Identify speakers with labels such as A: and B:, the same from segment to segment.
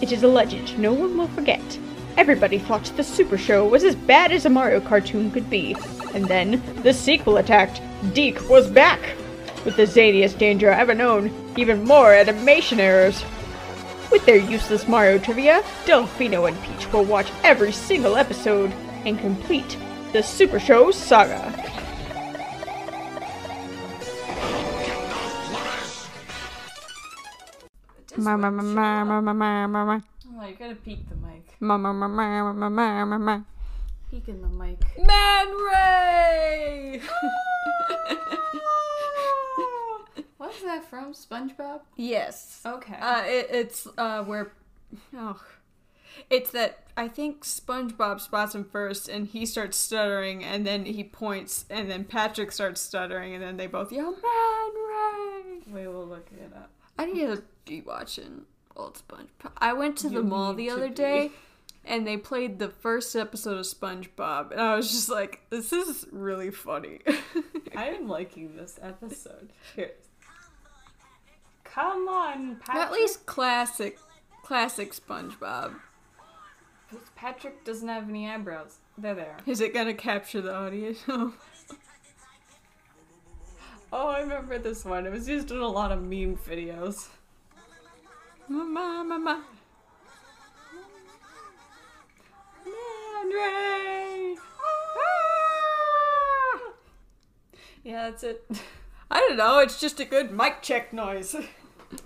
A: It is a legend no one will forget. Everybody thought the Super Show was as bad as a Mario cartoon could be. And then the sequel attacked. Deke was back! With the zaniest danger I've ever known, even more animation errors. With their useless Mario trivia, Delfino and Peach will watch every single episode and complete the Super Show saga.
B: Ma ma ma ma ma ma ma ma ma
C: Oh, you gotta peek the mic.
B: ma ma ma ma ma ma ma ma.
C: Peek in the mic.
B: Man Ray.
C: What's that from? SpongeBob?
B: yes.
C: Okay.
B: Uh, it, it's uh where, oh, it's that I think SpongeBob spots him first, and he starts stuttering, and then he points, and then Patrick starts stuttering, and then they both yell Man Ray.
C: we will look it up.
B: I need to be watching old SpongeBob. I went to the
C: You
B: mall
C: need
B: the
C: to
B: other
C: be.
B: day and they played the first episode of SpongeBob and I was just like, this is really funny.
C: I am liking this episode. Here. Come on, Patrick.
B: At least classic classic SpongeBob.
C: Patrick doesn't have any eyebrows. They're there.
B: Is it gonna capture the audience?
C: Oh, I remember this one. It was used in a lot of meme videos.
B: mama, mama.
C: Man Ray!
B: Ah!
C: Yeah, that's it.
B: I don't know, it's just a good mic check noise.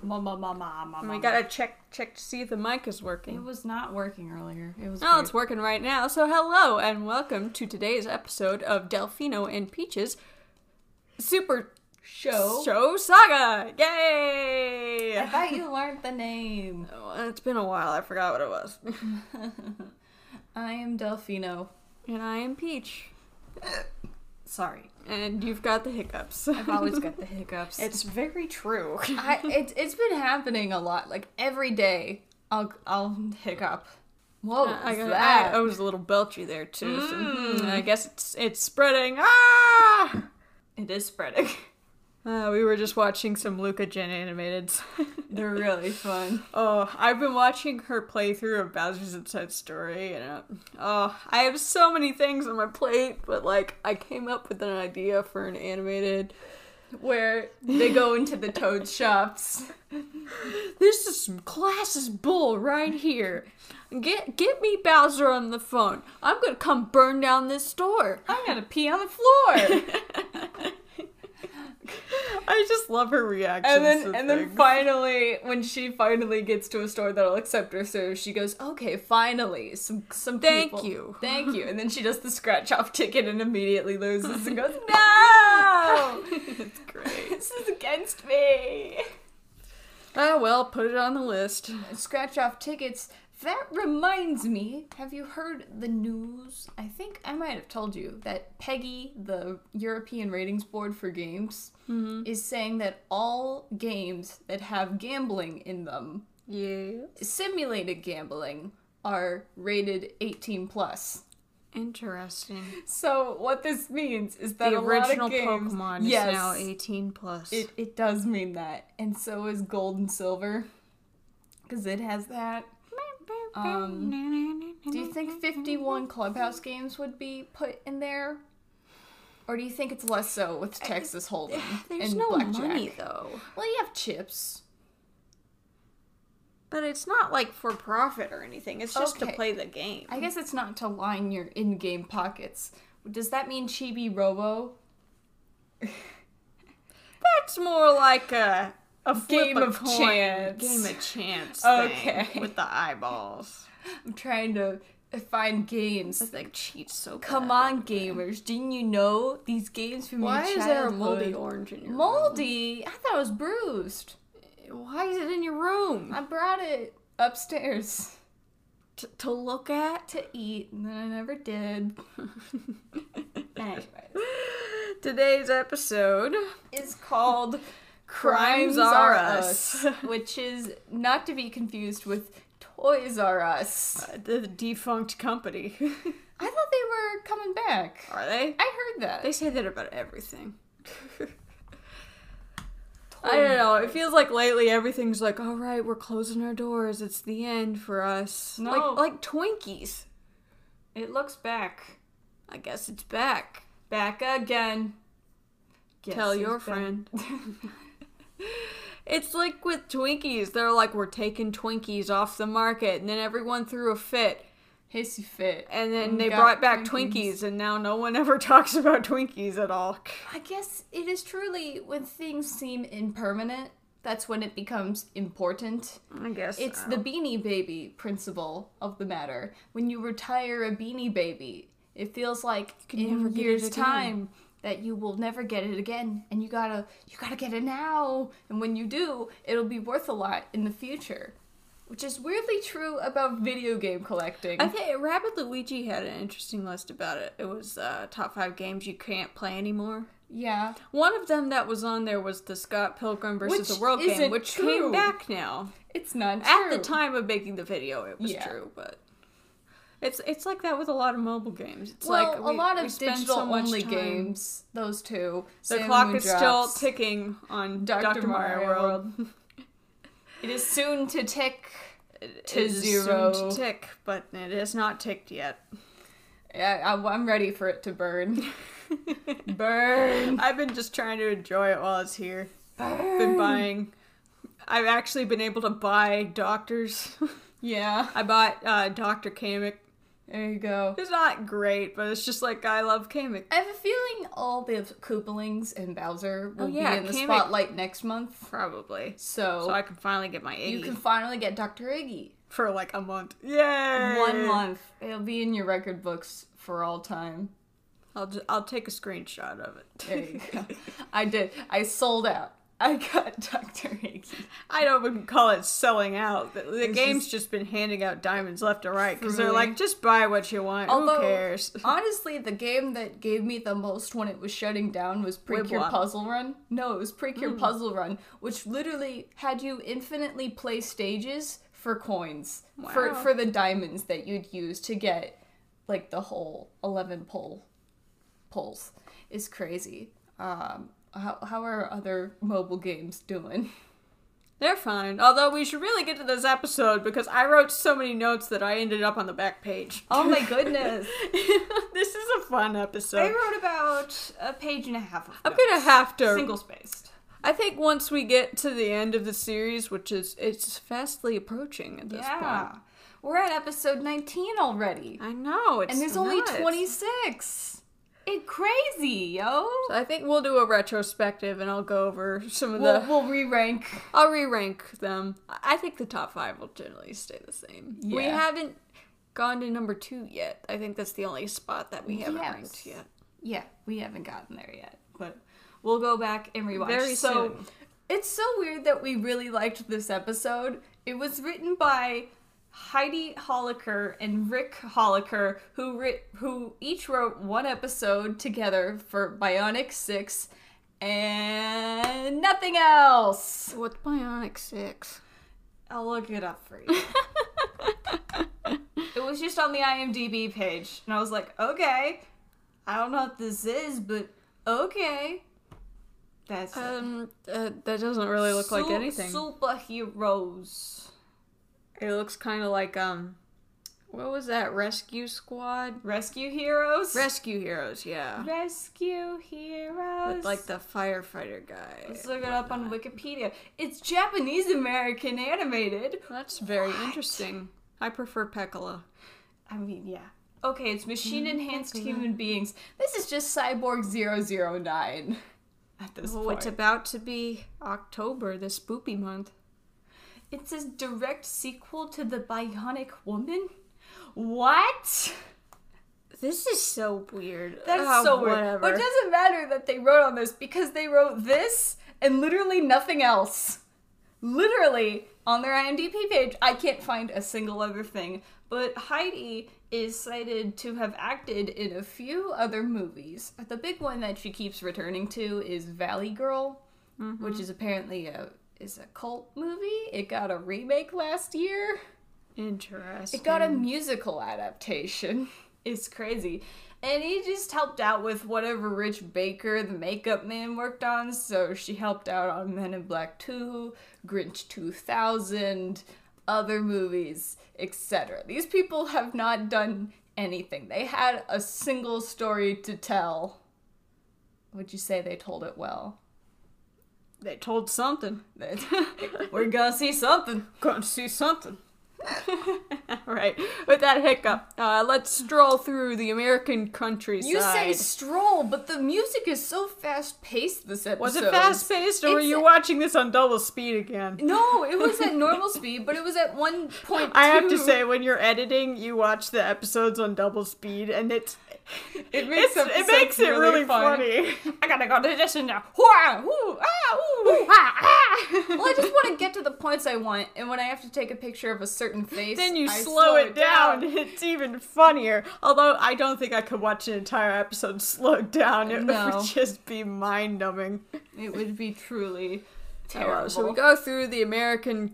C: Mama, mama,
B: And
C: mama.
B: we gotta check check to see if the mic is
C: It
B: working.
C: was not working earlier. It was.
B: Oh,
C: weird.
B: it's working right now. So, hello and welcome to today's episode of Delfino and Peaches Super
C: show.
B: Show Saga. Yay!
C: I thought you learned the name.
B: Oh, It's been a while. I forgot what it was.
C: I am Delfino.
B: and I am Peach,
C: Sorry,
B: and you've got the hiccups.
C: I've always got the hiccups.
B: It's very true.
C: I, it's it's been happening a lot. Like every day, I'll I'll hiccup. Whoa,
B: Uh, I,
C: what's
B: got,
C: that? Mm.
B: I, oh, I was a little belchy there too. So, hmm, I guess it's it's spreading. Ah!
C: it is spreading.
B: Uh, we were just watching some Luca Gen animateds.
C: They're really fun.
B: Oh, I've been watching her playthrough of Bowser's Inside Story, and uh, oh, I have so many things on my plate. But like, I came up with an idea for an animated.
C: Where they go into the toad shops.
B: This is some classes bull right here. Get get me Bowser on the phone. I'm gonna come burn down this store.
C: I'm gonna pee on the floor.
B: I just love her reaction.
C: and then and then finally, when she finally gets to a store that'll accept her service, she goes, "Okay, finally, some some
B: Thank
C: people.
B: you.
C: thank you." And then she does the scratch off ticket and immediately loses and goes, "No,
B: it's great.
C: this is against me."
B: Ah well, put it on the list.
C: scratch off tickets. That reminds me, have you heard the news? I think I might have told you that Peggy, the European Ratings Board for Games, is saying that all games that have gambling in them,
B: Yeah.
C: simulated gambling, are rated 18 plus.
B: Interesting.
C: So what this means is that a
B: The
C: lot
B: original
C: of games,
B: Pokemon is
C: yes,
B: now 18 plus.
C: It it does mean that, and so is Gold and Silver, because it has that. Um, Do you think 51 clubhouse games would be put in there? Or do you think it's less so with Texas Hold'em
B: There's
C: and
B: no
C: blackjack?
B: money though.
C: Well, you have chips.
B: But it's not like for profit or anything. It's just to
C: Okay.
B: play the game.
C: I guess it's not to line your in-game pockets. Does that mean Chibi Robo?
B: That's more like a a flip
C: Game
B: a
C: of
B: coin,
C: chance.
B: game of chance.
C: Okay.
B: thing with the eyeballs.
C: I'm trying to uh, find games.
B: It's like cheat so.
C: Come on, gamers! Didn't you know these games from
B: Why
C: your
B: is there a moldy
C: childhood?
B: orange in your
C: Moldy? I thought it was bruised.
B: room? Why is it in your room
C: I brought it upstairs
B: T- to look at?
C: to eat, and then I never did. Anyways,
B: Today's episode.
C: is called
B: Crimes
C: Crimes Are
B: Are Us.
C: Us, which is not to be confused with Toys Are Us.
B: uh, The defunct company.
C: I thought they were coming back.
B: Are they?
C: I heard that.
B: They say that about everything.
C: Toys
B: I don't know. It feels like lately everything's like, all right, we're closing our doors. It's the end for us.
C: No.
B: Like like Twinkies.
C: It looks back.
B: I guess it's back.
C: Back again. Guess
B: Tell
C: who's
B: your
C: back.
B: friend. It's like with Twinkies. They're like, we're taking Twinkies off the market, and then everyone threw a fit,
C: Hissy fit.
B: and then
C: We
B: they
C: got
B: brought back
C: Twinkies.
B: Twinkies. and now no one ever talks about Twinkies at all.
C: I guess it is truly when things seem impermanent, that's when it becomes important.
B: I guess
C: It's the beanie baby principle of the matter. When you retire a beanie baby, it feels like in
B: never get it
C: years
B: again.
C: time that you will never get it again and you gotta you gotta get it now and when you do it'll be worth a lot in the future which is weirdly true about video game collecting
B: I think Rapid Luigi had an interesting list about it. It was uh, top five games you can't play anymore.
C: yeah
B: One of them that was on there was the Scott Pilgrim versus
C: Which
B: the World
C: isn't
B: game, which
C: true.
B: came back now.
C: it's not
B: At the
C: true.
B: time of making the video, it was
C: Yeah.
B: true, but it's it's like that with a lot of mobile games. It's
C: well,
B: like
C: a lot
B: we
C: of
B: spend
C: digital
B: so much
C: only
B: time-
C: games. Those two.
B: The
C: Sailor
B: clock
C: Moon
B: is still
C: drops.
B: ticking on
C: Dr.
B: Dr. Mario,
C: Mario
B: World.
C: It is soon to tick. To
B: It is soon
C: zero.
B: to tick, but it has not ticked yet.
C: Yeah, I, I'm ready for it to burn. burn.
B: I've been just trying to enjoy it while it's here.
C: burn.
B: been buying. I've actually been able to buy doctors.
C: Yeah.
B: I bought uh, Dr. Kamek.
C: There you go.
B: It's not great, but it's just like I love Kamek.
C: I have a feeling all the Koopalings and Bowser will
B: Oh, yeah,
C: be in the
B: Kamek-
C: spotlight next month.
B: Probably.
C: So,
B: So I can finally get my
C: you
B: Iggy
C: can finally get Dr. Iggy.
B: for like a month. Yay!
C: One month. It'll be in your record books for all time.
B: I'll just, I'll take a screenshot of it.
C: There you go. I did. I sold out. I got Dr. Iggy.
B: I don't even call it selling out. The, the
C: It's
B: game's just, been handing out diamonds left and right because they're
C: Truly.
B: like, just buy what you want.
C: Although-
B: Who cares?
C: Honestly, the game that gave me the most when it was shutting down was Precure
B: Wibbler.
C: Puzzle Run. No, it was Precure Puzzle Run, which literally had you infinitely play stages for coins, for
B: Wow.
C: for the diamonds that you'd use to get like the whole eleven pull pulls. Is crazy. Um, how how are other mobile games doing?
B: They're fine. Although we should really get to this episode because I wrote so many notes that I ended up on the back page.
C: Oh my goodness!
B: this is a fun episode.
C: wrote about a page and a half. Of
B: I'm gonna have to.
C: spaced.
B: I think once we get to the end of the series, which is it's fastly approaching at this
C: Yeah.
B: point.
C: We're at episode 19 already.
B: I know. It's
C: And there's only
B: nuts.
C: 26. It crazy, yo.
B: So I think we'll do a retrospective, and I'll go over some of
C: We'll,
B: the.
C: we'll re-rank.
B: I'll re-rank them. I I think the top five will generally stay the same. We
C: Yeah.
B: haven't gone to number two yet. I think that's the only spot that we haven't
C: Yes.
B: ranked yet.
C: Yeah, we haven't gotten there yet, but we'll go back and rewatch.
B: Very
C: so
B: soon.
C: it's so weird that we really liked this episode. It was written by Heidi Holliker and Rick Holliker, who writ- who each wrote one episode together for Bionic Six and nothing else.
B: What's Bionic Six?
C: I'll look it up for you. it was just on the IMDb page, and I was like, okay, I don't know what this is, but okay. That's it.
B: Um, uh, that doesn't really look like
C: Su-
B: anything.
C: Superheroes.
B: It looks kind of like um, what was that? Rescue Squad.
C: Rescue heroes?
B: Rescue Heroes, yeah.
C: Rescue heroes.
B: With like the firefighter guy.
C: Let's look it up on Wikipedia. It's Japanese American animated.
B: That's very interesting. I prefer Pekala.
C: I mean, yeah. Okay, it's machine
B: Mm-hmm.
C: enhanced human beings. This is just Cyborg 009 at this
B: Oh,
C: point.
B: it's about to be October, this spoopy month.
C: It says direct sequel to The Bionic Woman? What?
B: This is so weird.
C: That's
B: Oh,
C: so weird.
B: whatever.
C: But it doesn't matter that they wrote on this because they wrote this and literally nothing else. Literally on their IMDb page, I can't find a single other thing. But Heidi is cited to have acted in a few other movies. The big one that she keeps returning to is Valley Girl, which is apparently a is a cult movie. It got a remake last year.
B: Interesting.
C: It got a musical adaptation. It's crazy. And he just helped out with whatever Rich Baker, the makeup man, worked on. So she helped out on Men in Black 2, Grinch 2000, other movies, etc. These people have not done anything. They had a single story to tell. Would you say they told it well?
B: They told something. They-
C: We're gonna see something.
B: Gonna see something. right. With that hiccup, uh, let's stroll through the American countryside.
C: You say stroll, but the music is so fast paced this episode.
B: was it fast paced, or were
C: It's-
B: you watching this on double speed again?
C: No, it was at normal speed, but it was at 1.2.
B: I have to say, when you're editing, you watch the episodes on double speed, and it's
C: it
B: it's, it makes it really funny.
C: I gotta go to this and now.
B: Whoa, whoo, ah, whoo, ah, ah.
C: Well, I just want to get to the points I want, and when I have to take a picture of a certain face,
B: then you
C: I
B: slow, it down. It's even funnier. Although I don't think I could watch an entire episode slowed down. It
C: No.
B: would just be mind numbing.
C: It would be truly
B: Oh,
C: terrible.
B: wow. so we go through the American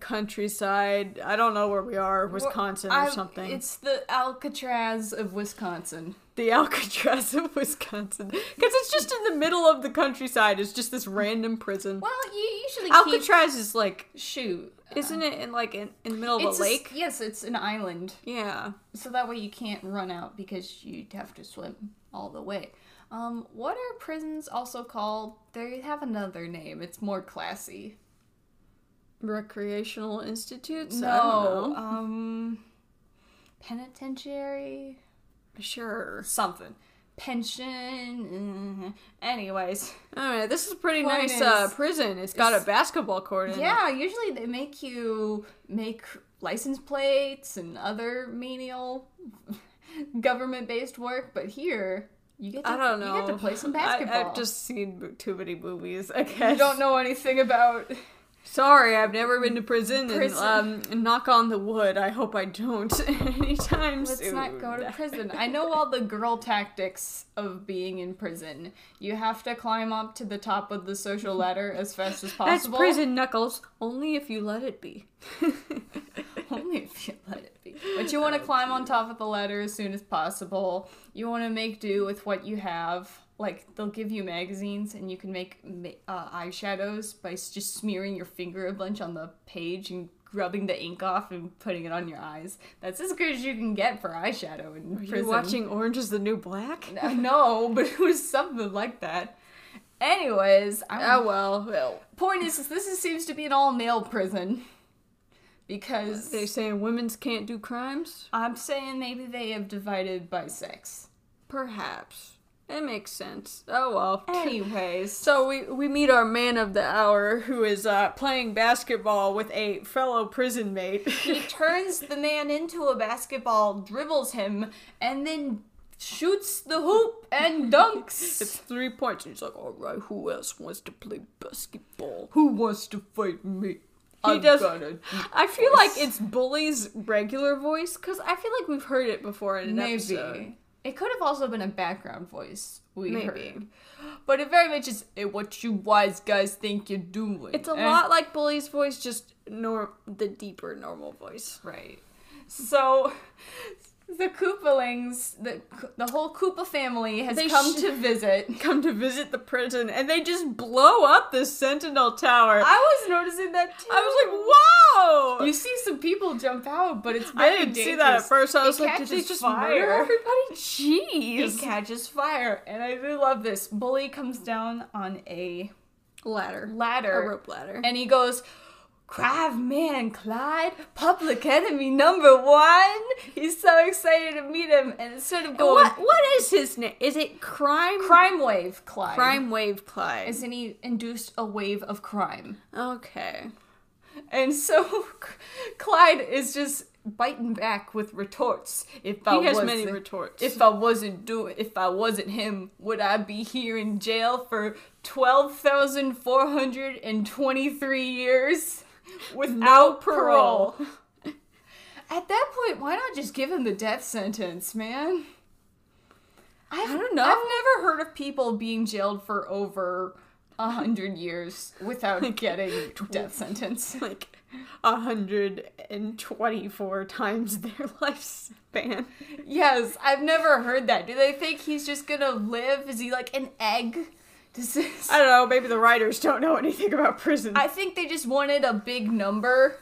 B: countryside. I don't know where we are, Wisconsin
C: I-
B: or something. It's
C: It's the Alcatraz of Wisconsin.
B: the Alcatraz of Wisconsin. Because it's just in the middle of the countryside. It's just this random prison.
C: Well, you usually keep
B: Alcatraz is like,
C: shoot.
B: isn't it in like in, in the middle of
C: It's
B: a
C: s-
B: lake?
C: yes, it's an island,
B: yeah.
C: so that way you can't run out because you'd have to swim all the way. Um, what are prisons also called? They have another name. It's more classy.
B: Recreational institutes? I don't
C: No,
B: know.
C: um, penitentiary.
B: Sure.
C: something. Pension. uh, Anyways.
B: All right. This is a pretty
C: Point
B: nice uh,
C: is-
B: prison. It's got a
C: is-
B: basketball court in it.
C: Yeah, usually they make you make license plates and other menial government based work, but here you get to,
B: I don't know.
C: you get to play some
B: I-
C: basketball.
B: I've just seen mo- too many movies. I guess.
C: you don't know anything about
B: Sorry, I've never been to prison.
C: Prison.
B: And, um, knock on the wood. I hope I don't anytime
C: Let's
B: soon.
C: not go to prison. I know all the girl tactics of being in prison. You have to climb up to the top of the social ladder as fast as
B: That's
C: possible.
B: prison, Knuckles. Only if you let it be.
C: Only if you let it be. But you
B: Oh,
C: want to climb on top of the ladder as soon as possible. You want to make do with what you have. Like, they'll give you magazines and you can make ma- uh, eyeshadows by s- just smearing your finger a bunch on the page and rubbing the ink off and putting it on your eyes. That's as good as you can get for eyeshadow in
B: Are
C: prison.
B: you watching Orange Is the New Black?
C: no, but it was something like that. Anyways, I
B: Oh well, well.
C: point is, is this is, seems to be an all male prison because
B: They saying women's can't do crimes?
C: I'm saying maybe they have divided by sex.
B: Perhaps. It makes sense. Oh well.
C: Anyways,
B: So we, we meet our man of the hour who is uh, playing basketball with a fellow prison mate.
C: he turns the man into a basketball, dribbles him, and then shoots the hoop and
B: It's
C: dunks.
B: three points. And he's like, all right, who else wants to play basketball?
C: Who wants to fight me?
B: I'm gonna- I feel like it's Bully's regular voice because I feel like we've heard it before in an
C: Maybe.
B: episode.
C: It could have also been a background voice we
B: Maybe.
C: heard. But it very much is "Hey, what you wise guys think you're doing.
B: It's a
C: Eh?
B: lot like Bully's voice, just nor- the deeper normal voice.
C: Right. So the Koopalings, the the whole Koopa family has
B: They
C: come
B: sh-
C: to visit.
B: Come to visit the prison and they just blow up this Sentinel Tower. I,
C: I was noticing that too.
B: was like, whoa!
C: you see some people jump out, but it's
B: I
C: very
B: didn't
C: dangerous.
B: see that at first. I
C: It
B: was like, did they
C: catches
B: just murder
C: fire.
B: everybody?
C: It
B: Jeez.
C: catches fire, and I really love this. Bully comes down on a
B: ladder.
C: ladder,
B: A rope ladder.
C: and he goes. Krav Man Clyde, public enemy number one. He's so excited to meet him, and instead of going
B: what, what is his name? Is it Crime?
C: crime wave Clyde,
B: Crime Wave Clyde.
C: is he induced a wave of crime.
B: okay.
C: And so Clyde is just biting back with retorts. If I
B: He has
C: wasn't,
B: many retorts.
C: If I wasn't doing, if I wasn't him, would I be here in jail for twelve thousand four hundred and twenty-three years without
B: parole.
C: parole? At that point, why not just give him the death sentence, man? I've,
B: I don't know.
C: I've never heard of people being jailed for over a hundred years without getting death sentence.
B: like 124 times their lifespan.
C: Yes, I've never heard that. Do they think he's just gonna live? Is he like an egg? Does this...
B: I don't know, maybe the writers don't know anything about prison.
C: I think they just wanted a big number.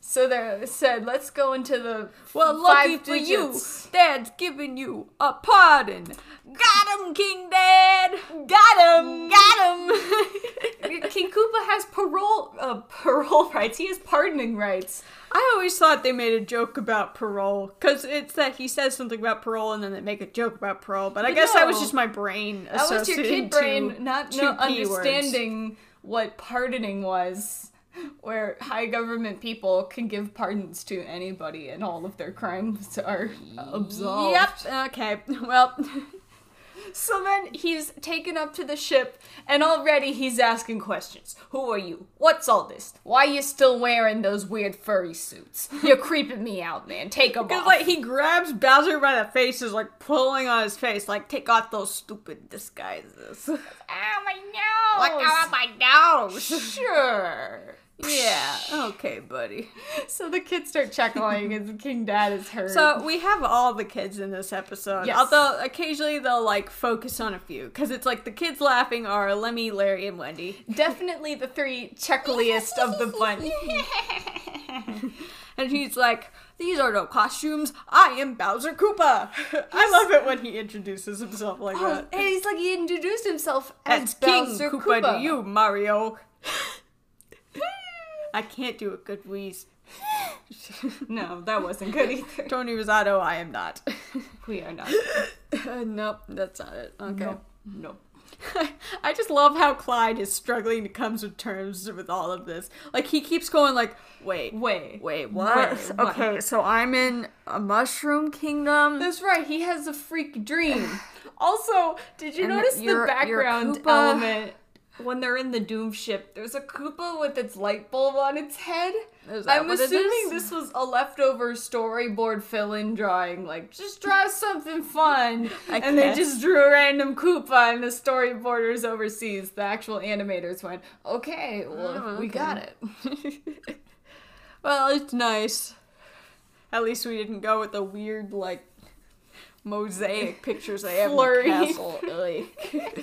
C: So they said, let's go into the
B: well, lucky
C: five
B: for you,
C: digits."
B: Dad's giving you a pardon. Got him, King Dad!
C: Got him! Got him! King Koopa has parole uh, parole rights. He has pardoning rights.
B: I always thought they made a joke about parole, because it's that he says something about parole and then they make a joke about parole, but I
C: But
B: guess that was
C: no.
B: just my brain
C: That was your
B: associating
C: kid brain
B: two-
C: not
B: two
C: no,
B: P words.
C: understanding what pardoning was, where high government people can give pardons to anybody and all of their crimes are absolved.
B: Yep, okay, well,
C: So then he's taken up to the ship, and already he's asking questions. Who are you? What's all this? Why you still wearing those weird furry suits? You're creeping me out, man. Take 'em
B: Because
C: off.
B: like he grabs Bowser by the face, is like pulling on his face, like take off those stupid disguises.
C: Ow, my nose.
B: my nose.
C: Sure.
B: yeah. Okay, buddy.
C: So the kids start chuckling, and King Dad is hurt.
B: So we have all the kids in this episode,
C: Yes.
B: although occasionally they'll like focus on a few because it's like the kids laughing are Lemmy, Larry, and Wendy,
C: definitely the three chuckliest of the bunch.
B: and he's like, "These are no costumes. I am Bowser Koopa." I love it when he introduces himself like
C: Oh,
B: that.
C: and he's like he introduced himself as
B: That's King
C: Bowser
B: Koopa, to you, Mario. I can't do a good wheeze.
C: No, that wasn't good either.
B: Tony Rosato, I am not.
C: we are not.
B: Uh, nope, that's not it. Okay.
C: No. No.
B: I just love how Clyde is struggling to come to terms with all of this. Like he keeps going like, wait,
C: Way.
B: wait, what?
C: Wait, what?
B: Okay, so I'm in a mushroom kingdom.
C: That's right. He has a freak dream. also, did you
B: And
C: notice the
B: your- your
C: background
B: Koopa-
C: element when they're in the Doom ship? There's a Koopa with its light bulb on its head.
B: Is that
C: I'm
B: what it
C: assuming
B: is?
C: this was a leftover storyboard fill-in drawing. Like, just draw something fun,
B: I
C: and
B: guess.
C: they just drew a random Koopa, and the storyboarders overseas, the actual animators went, "Okay, well,
B: Oh,
C: we got
B: okay.
C: it."
B: well, it's nice. At least we didn't go with the weird like mosaic pictures they have
C: Flurry.
B: in the castle. Ugh.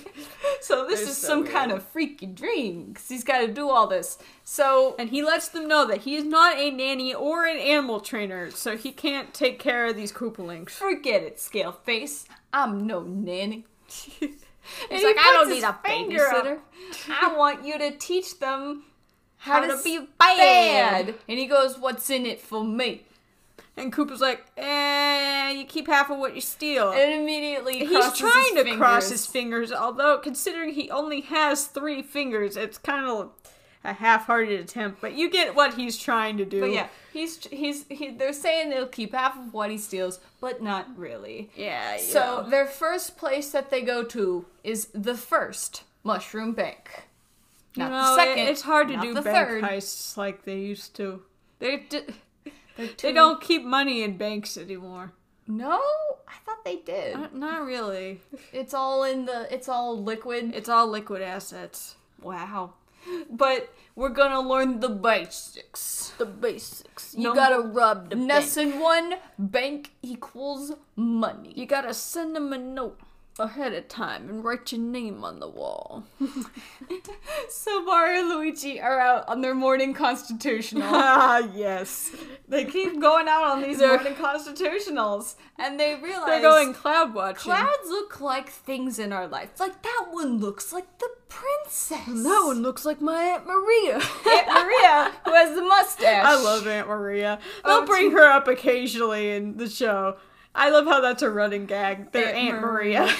C: So this
B: They're
C: is
B: so
C: some
B: weird.
C: kind of freaky dream because he's got to do all this. So
B: And he lets them know that he is not a nanny or an animal trainer, so he can't take care of these koopalings.
C: forget it, scale face. I'm no nanny.
B: He's
C: And he puts his finger up. I want you to teach them how,
B: How
C: to,
B: to
C: be
B: bad.
C: bad. And he goes, "What's in it for me?"
B: And Koopa's like, eh, you keep half of what you steal.
C: And immediately
B: He's trying to cross his fingers, although considering he only has three fingers, it's kind of a half-hearted attempt. But you get what he's trying to do.
C: But yeah, he's he's he, they're saying they'll keep half of what he steals, but not really.
B: yeah.
C: So their first place that they go to is the first Mushroom Bank. Not
B: no,
C: the second.
B: it's hard to
C: not
B: do
C: the
B: bank
C: third.
B: heists like they used to.
C: They're d- they're
B: They
C: too-
B: don't keep money in banks anymore.
C: No, I thought they did.
B: Not- Not really.
C: It's all in the. It's all liquid.
B: It's all liquid assets.
C: Wow. But we're gonna learn the basics.
B: The basics. You
C: Num-
B: gotta rub the bank.
C: Lesson one: bank equals money.
B: You gotta send them a note ahead of time and write your name on the wall.
C: So Mario and Luigi are out on their morning constitutional.
B: Ah, yes.
C: they keep going out on these
B: They're-
C: morning constitutionals, and they realize
B: They're going cloud watching.
C: Clouds look like things in our life. Like that one looks like the princess.
B: That one looks like my Aunt Maria.
C: Aunt Maria, who has the mustache.
B: I love Aunt Maria.
C: Oh,
B: They'll bring her up occasionally in the show. I love how that's a running gag. They're
C: Aunt
B: Aunt, Maria.
C: Maria.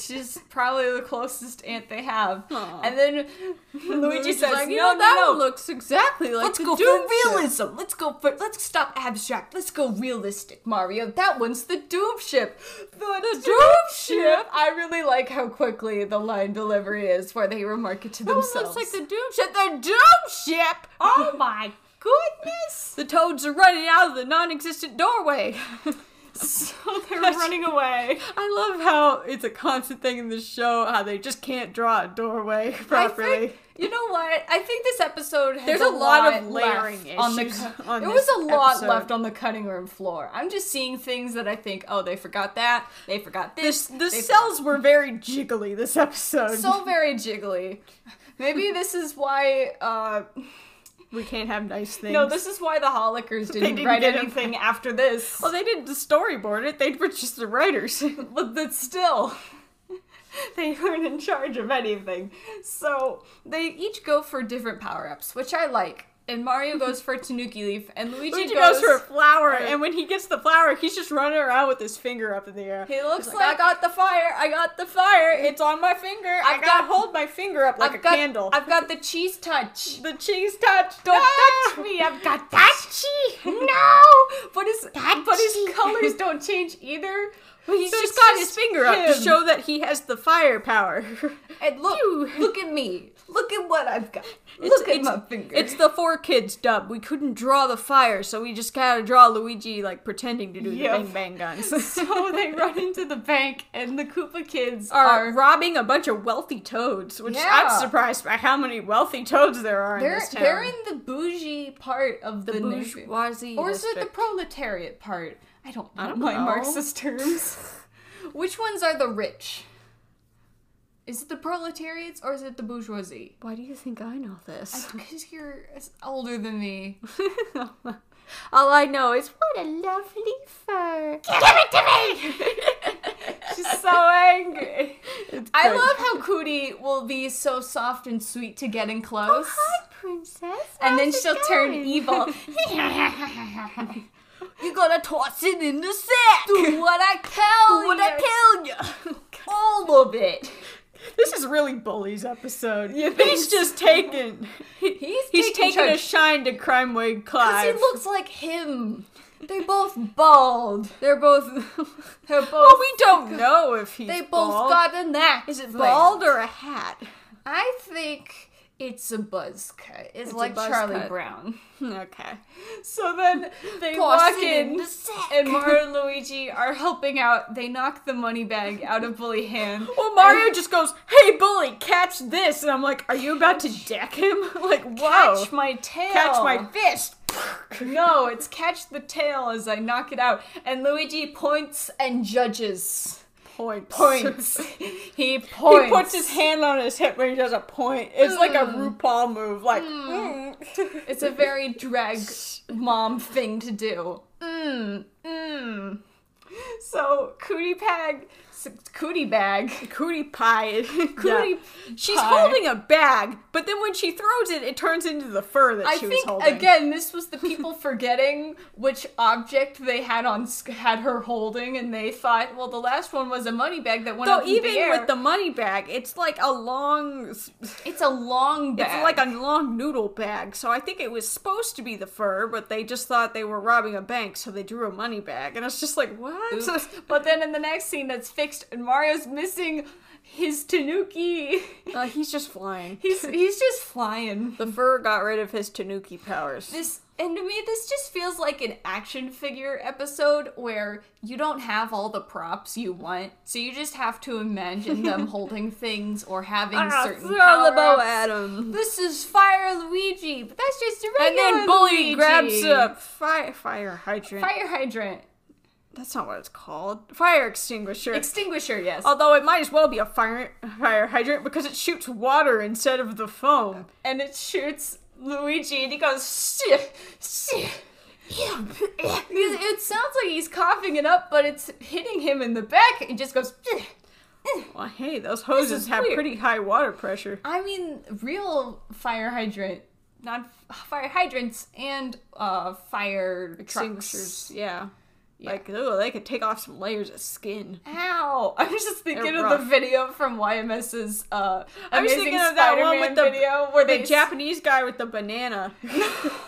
C: She's probably the closest aunt they have.
B: Aw.
C: And then Luigi
B: Luigi's
C: says,
B: like, you
C: "No,
B: know, that
C: no,
B: one
C: no.
B: looks exactly like
C: Let's
B: the
C: go
B: Doom
C: for
B: ship."
C: realism. Let's go for. Let's stop abstract. Let's go realistic, Mario. That one's the Doom ship. The, Doom, ship. I really like how quickly the line delivery is, where they remark it to
B: That one
C: themselves.
B: looks like the Doom ship. The Doom ship.
C: oh my goodness!
B: The toads are running out of the non-existent doorway. so
C: They're running away.
B: I love how it's a constant thing in this show how they just can't draw a doorway properly.
C: I think, you know what? I think this episode has
B: There's
C: a,
B: a lot of
C: left
B: layering
C: on the
B: issues
C: cu-
B: on
C: There was
B: this
C: a lot
B: episode.
C: left on the cutting room floor. I'm just seeing things that I think, oh, they forgot that. They forgot this.
B: the
C: they-
B: cells were very jiggly this episode.
C: so very jiggly. Maybe this is why. Uh,
B: we can't have nice things.
C: no, this is why the Hollickers didn't,
B: didn't
C: write
B: get
C: anything after this.
B: Well, they didn't storyboard it. They were just the writers.
C: but but still they weren't in charge of anything so they each go for different power-ups which i like and mario goes for tanuki leaf and luigi,
B: Luigi
C: goes,
B: goes for a flower,
C: Right.
B: and when he gets the flower, he's just running around with his finger up in the air.
C: he looks like,
B: like,
C: i got the fire i got the fire it's on my finger
B: I
C: i've
B: gotta
C: got
B: hold my finger up like
C: I've
B: a
C: got,
B: candle.
C: i've got the cheese touch
B: the cheese touch.
C: don't
B: Ah!
C: touch me i've got that cheese no but his but
B: cheese.
C: his colors don't change either he's
B: So
C: just
B: just
C: got
B: his finger up to
C: him.
B: show that he has the firepower.
C: and look
B: You.
C: look at me look at what i've got
B: It's-
C: look at
B: it's-
C: my finger
B: It's the four kids dub. We couldn't draw the fire, so we just gotta draw Luigi like pretending to do
C: Yep.
B: the bang bang guns.
C: So they run into the bank, and the Koopa kids
B: Are
C: are.
B: robbing a bunch of wealthy toads, which
C: Yeah.
B: I'm surprised by how many wealthy toads there are in
C: They're,
B: this town.
C: they're in the bougie part of the,
B: the
C: nation.
B: bourgeoisie,
C: Or is it the
B: district.
C: proletariat part? I don't know
B: I don't
C: my
B: know.
C: Marxist terms. Which ones are the rich? Is it the proletariats or is it the bourgeoisie?
B: Why do you think I know this?
C: Because you're older than me.
B: All I know is what a lovely fur.
C: Give it to me! She's so angry. I love how Cootie will be so soft and sweet to getting close.
B: Oh, princess.
C: and then she'll turn evil. you gotta toss it in the sack. Do what I tell Do
B: what I
C: tell you. All of it.
B: This is really Bully's episode. he's just taken.
C: He's,
B: He's
C: taking
B: taken a
C: charge.
B: shine to Crime Wave
C: Because he
B: Clive.
C: looks like him. They're both bald. They're both. Oh, They're both.
B: well, we don't know if he's
C: they both
B: bald.
C: got a neck.
B: Is it bald or a hat?
C: I think it's a buzz cut. It's,
B: a
C: like
B: buzz
C: Charlie
B: cut.
C: Brown.
B: Okay.
C: So then they
B: Toss
C: walk
B: it in
C: in,
B: the sack.
C: and Mario and Luigi are helping out. They knock the money bag out of Bully hand.
B: Well, Mario
C: And
B: just goes, "Hey, bully, catch this!" And I'm like, "Are you about to deck him?" like, whoa,
C: catch my tail.
B: Catch my fist.
C: no, it's catch the tail as I knock it out. And Luigi points and judges.
B: Points.
C: Points. he
B: He
C: points.
B: puts his hand on his hip when he does a point. It's like a RuPaul move. Like, mm.
C: It's a very drag mom thing to do. Mmm, mmm.
B: "Oh,
C: So cootie bag, cootie bag.
B: cootie pie.
C: Cootie
B: She's
C: pie.
B: holding a bag, but then when she throws it, it turns into the fur that
C: I
B: she
C: think
B: was holding.
C: again, this was the people forgetting which object they had on sc- had her holding, and they thought, well, the last one was a money bag that went
B: so
C: up in
B: even
C: the air.
B: with the money bag, it's like a long, it's
C: it's a long bag.
B: like a long noodle bag. So I think it was supposed to be the fur, but they just thought they were robbing a bank, so they drew a money bag, and it's just like what?
C: Oops. but then in the next scene, that's fixed, and Mario's missing his Tanuki.
B: Uh, he's just flying.
C: He's he's just flying.
B: The fur got rid of his Tanuki powers.
C: This and to me this just feels like an action figure episode where you don't have all the props you want, so you just have to imagine them holding things or having
B: Ah,
C: certain
B: throw the bow
C: power-ups.
B: at him.
C: This is Fire Luigi, but that's just a
B: And
C: regular
B: then Bully
C: Luigi.
B: grabs a fire fire hydrant.
C: fire hydrant
B: That's not what it's called. Fire extinguisher.
C: extinguisher. Yes,
B: Although it might as well be a fire fire hydrant because it shoots water instead of the foam.
C: and it shoots Luigi, and he goes shit, shit. It- it sounds like he's coughing it up, but it's hitting him in the back. It just goes.
B: Well, hey, those hoses
C: is
B: have
C: weird.
B: pretty high water pressure.
C: I mean, real fire hydrant, not f- fire hydrants and uh, fire
B: Extinguishers,
C: trucks.
B: yeah. Like, oh, they could take off some layers of skin.
C: Ow! I was just thinking
B: They're
C: of
B: rough.
C: the video from YMS's uh,
B: I was
C: Amazing
B: thinking of that one
C: Spider-Man
B: with the
C: video where
B: the
C: they
B: Japanese guy with the banana.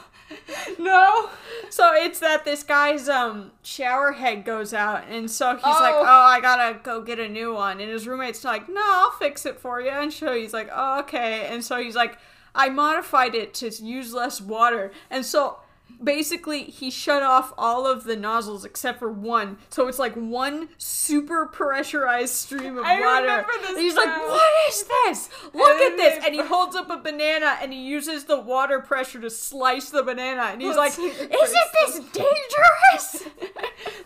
C: no.
B: So it's that this guy's um shower head goes out, and so he's like,
C: Oh.
B: "Oh, I gotta go get a new one." And his roommate's like, "No, I'll fix it for you." And so he's like, "Oh, okay." And so he's like, "I modified it to use less water." And so basically he shut off all of the nozzles except for one. So it's like one super pressurized stream of
C: I
B: water.
C: remember this
B: and he's
C: now.
B: like, "What is this? Look at this!"
C: remember.
B: And he holds up a banana and he uses the water pressure to slice the banana. And he's like,
C: Let's see
B: "Isn't
C: the crystal."
B: this dangerous?"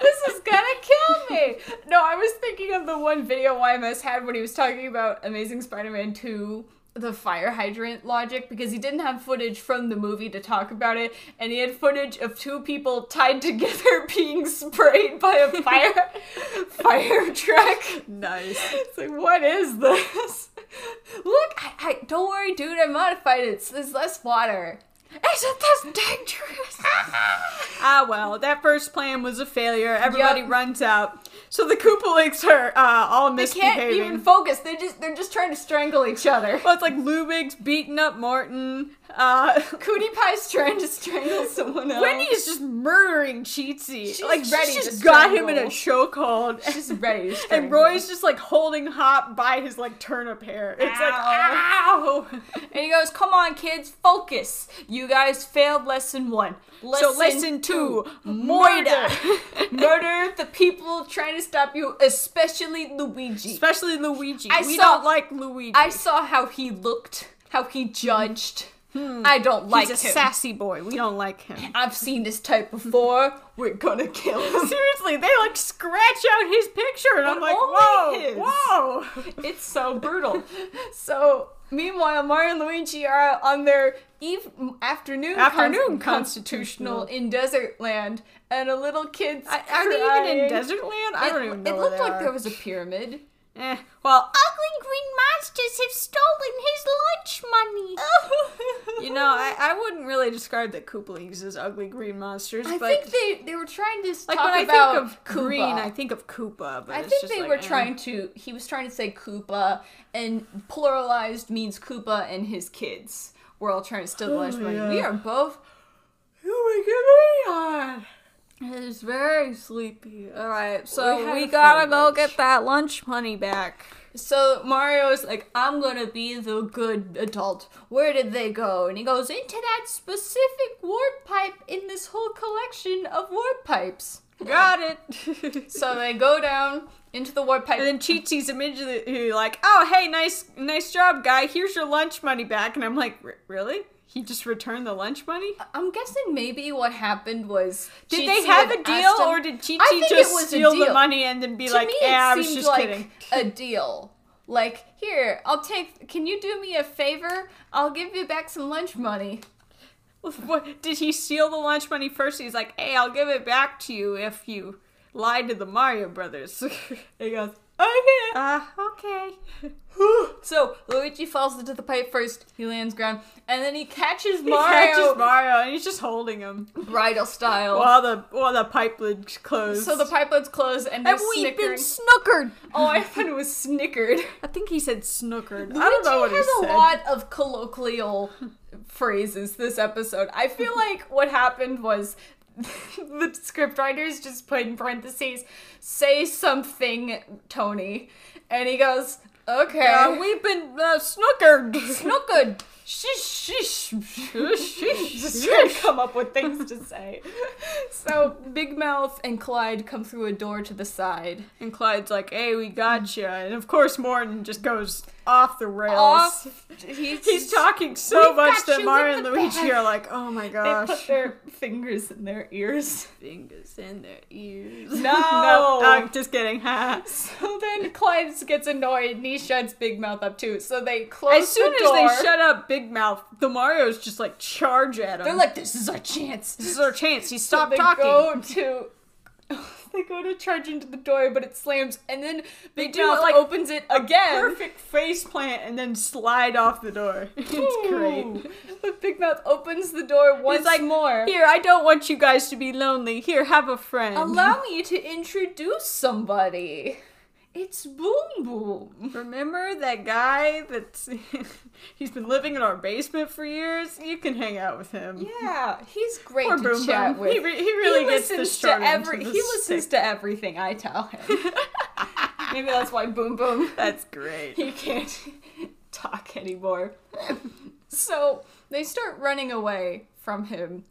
C: this is gonna kill me. No, I was thinking of the one video YMS had when he was talking about Amazing Spider-Man 2, the fire hydrant logic, because he didn't have footage from the movie to talk about it, and he had footage of two people tied together being sprayed by a fire fire truck.
B: nice.
C: It's like, what is this? Look, I, I don't worry, dude. I modified it. So there's less water. Isn't this dangerous?
B: Ah well, that first plan was a failure. Everybody
C: Yup.
B: runs out. So the Koopalings are uh, all
C: They
B: misbehaving.
C: can't even focus. They just they're just trying to strangle each other.
B: Well, it's like Ludwig's beating up Martin. Uh,
C: Cootie Pie's trying to strangle someone else.
B: Wendy is just murdering Cheatsy.
C: She's
B: like
C: ready
B: she's
C: to
B: just got him in a
C: She's
B: chokehold.
C: just ready to strangle.
B: And Roy's just like holding Hop by his like turnip hair. It's like ah,
C: Ow.
B: ow.
C: and he goes, "Come on, kids, focus. You guys failed lesson one. Lesson
B: so lesson two,
C: murder.
B: murder.
C: murder the people trying to stop you, especially Luigi.
B: Especially Luigi.
C: I
B: we
C: saw-
B: don't like Luigi.
C: I saw how he looked, how he judged. I don't like
B: He's a
C: him.
B: sassy boy. We don't like him.
C: I've seen this type before. We're gonna kill him.
B: Seriously, they like scratch out his picture, and I'm
C: But
B: like, whoa,
C: only his.
B: whoa.
C: It's so brutal. so, meanwhile, Mario and Luigi are on their eve afternoon
B: Afternoon
C: constitutional,
B: constitutional.
C: in Desert Land, and a little kid's.
B: I, are they even in Desert Land? I don't even know.
C: It
B: where
C: looked
B: they
C: like
B: are.
C: there was a pyramid.
B: Eh, well,
C: Ugly green monsters have stolen his lunch money.
B: you know, I, I wouldn't really describe the Koopalings as ugly green monsters,
C: I
B: but
C: think they they were trying to
B: like
C: talk
B: when I
C: about
B: think of
C: Koopa.
B: green, I think of Koopa. But
C: I
B: it's
C: think
B: just
C: they
B: like,
C: were
B: eh.
C: trying to. He was trying to say Koopa, and pluralized means Koopa and his kids. We're all trying to steal the lunch money.
B: yeah.
C: We are both.
B: Oh my god.
C: It's very sleepy.
B: All right, so
C: had
B: we,
C: a
B: gotta
C: fun
B: go
C: lunch.
B: get that lunch money back.
C: So Mario's like, I'm gonna be the good adult. Where did they go? And he goes into that specific warp pipe in this whole collection of warp pipes.
B: Got it.
C: So they go down into the warp pipe.
B: And then Chi-Chi's immediately like, "Oh, hey, nice, nice job, guy. Here's your lunch money back." And I'm like, "Re- "Really? He just returned the lunch money?
C: I'm guessing maybe what happened was
B: Did
C: Chi-Chi
B: they have
C: had
B: a deal,
C: asked him-
B: or did
C: I
B: Chi-Chi
C: think it
B: just
C: was a
B: steal the
C: deal.
B: money and then be
C: to
B: like,
C: me,
B: "Yeah, I
C: it
B: was
C: seemed
B: just
C: like
B: kidding."
C: a deal. Like, here, I'll take. Can you do me a favor? I'll give you back some lunch money.
B: What, did he steal the lunch money first? He's like, "Hey, I'll give it back to you if you lie to the Mario Brothers." he goes,
C: Okay.
B: "Uh, okay."
C: So Luigi falls into the pipe first. He lands ground, and then he catches Mario
B: Mario, Mario, and he's just holding him
C: bridal style.
B: while the while the pipe lid's closed.
C: So the pipe lids close, and they're
B: and we've been
C: snickering.
B: snookered.
C: oh, I thought it was snickered.
B: I think he said snookered. I don't know what
C: Luigi
B: he
C: has a
B: said.
C: lot of colloquial phrases this episode. I feel like what happened was the script writers just put in parentheses, "Say something, Tony," and he goes, "Okay,
B: Uh, we've been uh, snookered.
C: no good." Shish, shish.
B: Just trying to come up with things to say.
C: So Big Mouth and Clyde come through a door to the side.
B: And Clyde's like, "Hey, we gotcha." And of course, Morton just goes off the rails.
C: Off, he's,
B: He's talking so
C: We've
B: much
C: got
B: that
C: you
B: Mario
C: in
B: and
C: the
B: Luigi
C: bag.
B: are like, "Oh my
C: They
B: gosh!"
C: put their fingers in their ears.
B: fingers in their ears.
C: No. Oh,
B: I'm just kidding. Ha.
C: So then Clyde gets annoyed and he shuts Big Mouth up too. So they close
B: as soon
C: the
B: as
C: door.
B: they shut up Big Mouth, the Mario's just like charge at him.
C: they're like, "This is our chance."
B: "This is our chance." He
C: So
B: stopped
C: they
B: talking.
C: Go to. They go to charge into the door, but it slams, and then Big
B: do,
C: Mouth
B: like,
C: opens it again.
B: perfect face plant and then slide off the door. It's great.
C: But Big Mouth opens the door once
B: like,
C: more.
B: Here, I don't want you guys to be lonely. Here, have a friend.
C: Allow me to introduce somebody. It's Boom Boom.
B: Remember that guy that's he's been living in our basement for years? You can hang out with him.
C: Yeah, he's great
B: Poor
C: to
B: Boom
C: chat
B: Boom.
C: with.
B: He, re- he really gets the short end of
C: He
B: the
C: listens
B: stick.
C: to everything I tell him. Maybe that's why Boom Boom
B: That's great.
C: he can't talk anymore. so they start running away from him,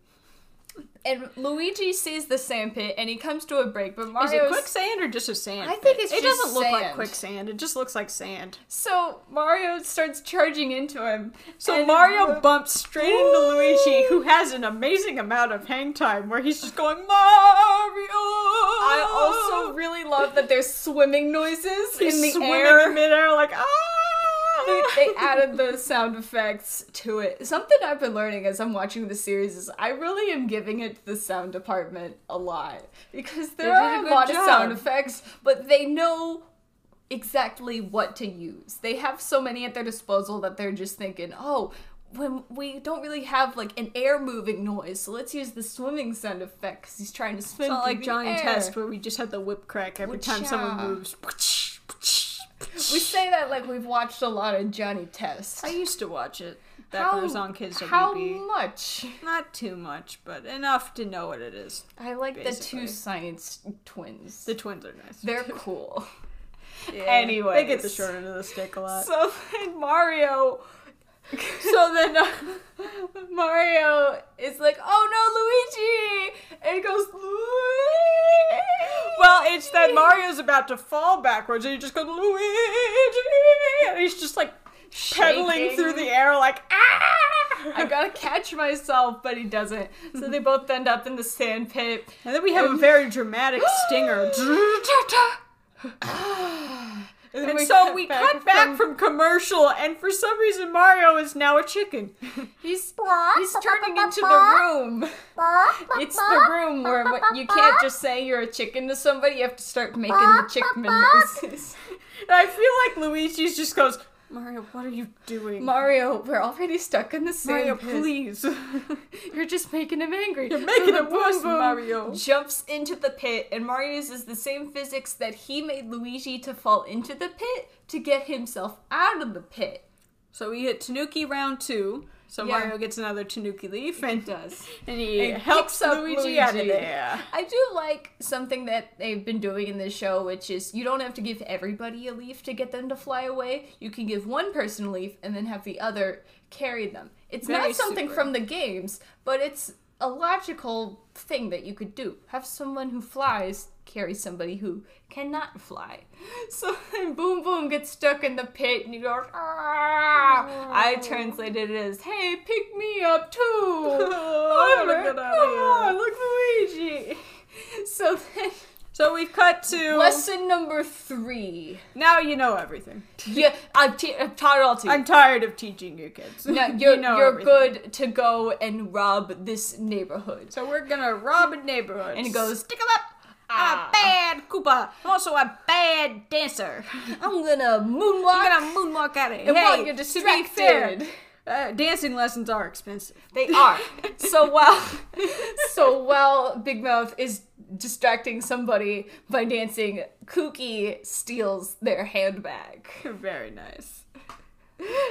C: And Luigi sees the sandpit and he comes to a break, but
B: Is it
C: Mario's
B: quicksand or just a sand?
C: I think
B: pit?
C: it's
B: It
C: just
B: doesn't look like
C: sand.
B: quicksand. It just looks like sand.
C: so Mario starts charging into him.
B: So
C: and- uh,
B: Mario bumps straight into Luigi, who has an amazing amount of hang time, where he's just going Mario.
C: I
B: I
C: also really love that there's swimming noises
B: he's
C: in the
B: swimming
C: air.
B: in midair like
C: they,
B: ah.
C: they added the sound effects to it. Something I've been learning as I'm watching the series is I really am giving it to the sound department a lot because there
B: did a
C: are a
B: good
C: lot of
B: job.
C: sound effects, but they know exactly what to use. They have so many at their disposal that they're just thinking, oh. When we don't really have like an air moving noise, so let's use the swimming sound effect because he's trying to swim.
B: It's not
C: through
B: like
C: the
B: Johnny
C: air.
B: Test, where we just had the whip crack every time
C: Witcha.
B: someone moves.
C: We say that like we've watched a lot of Johnny Test.
B: I used to watch it. That was on Kids WB.
C: How much?
B: Not too much, but enough to know what it is.
C: I like the
B: Basically.
C: two science twins.
B: The twins are nice.
C: They're cool.
B: Anyway, they get the
C: Anyways.
B: short end of the stick a lot.
C: so then Mario. so then uh, Mario is like, "Oh no, Luigi!" and goes. "Luigi!"
B: Well, it's that Mario's about to fall backwards, and he just goes Luigi, and he's just like pedaling
C: Shaking.
B: through the air, like ah.
C: I gotta catch myself, but he doesn't. So they both end up in the sandpit.
B: and then we have a very dramatic stinger.
C: And,
B: And
C: we
B: so we cut
C: from-
B: back from commercial, and for some reason, Mario is now a chicken.
C: He's he's turning into the room. It's the room where what, you can't just say you're a chicken to somebody. You have to start making the chicken noises.
B: And I feel like Luigi's just goes, Mario, what are you doing?
C: Mario, we're already stuck in the sand
B: Mario,
C: pit.
B: please.
C: You're just making him angry. You're
B: making him worse, Mario.
C: Jumps into the pit, and Mario uses the same physics that he made Luigi to fall into the pit to get himself out of the pit.
B: so we hit Tanuki round two. So
C: Yeah.
B: Mario gets another Tanuki leaf and,
C: does.
B: and he
C: And
B: helps
C: picks up
B: Luigi, out of
C: Luigi.
B: there.
C: I do like something that they've been doing in this show, which is you don't have to give everybody a leaf to get them to fly away. You can give one person a leaf and then have the other carry them. It's
B: Very
C: not something
B: super.
C: from the games, but it's a logical thing that you could do. Have someone who flies carry somebody who cannot fly. So then Boom Boom gets stuck in the pit and he goes, "Ah!" I translated it as, hey, pick me up too.
B: Oh, I wanna
C: Alright,
B: get out
C: come on,
B: of
C: look
B: here.
C: Luigi. So then,
B: So we cut to
C: lesson number three.
B: now you know everything.
C: Yeah, I've, te- I've taught it all to you.
B: I'm tired of teaching you kids.
C: now you're,
B: know
C: you're
B: everything.
C: good to go and rob this neighborhood.
B: So we're gonna rob a neighborhood.
C: And it goes,
B: stick 'em up.
C: Ah.
B: A bad Koopa. Also a bad dancer.
C: I'm gonna moonwalk.
B: I'm gonna moonwalk out of here.
C: And while
B: Hey,
C: you're
B: to be fair,
C: distracted-
B: uh, dancing lessons are expensive.
C: They are. So while so while Big Mouth is distracting somebody by dancing, Kookie steals their handbag.
B: Very nice.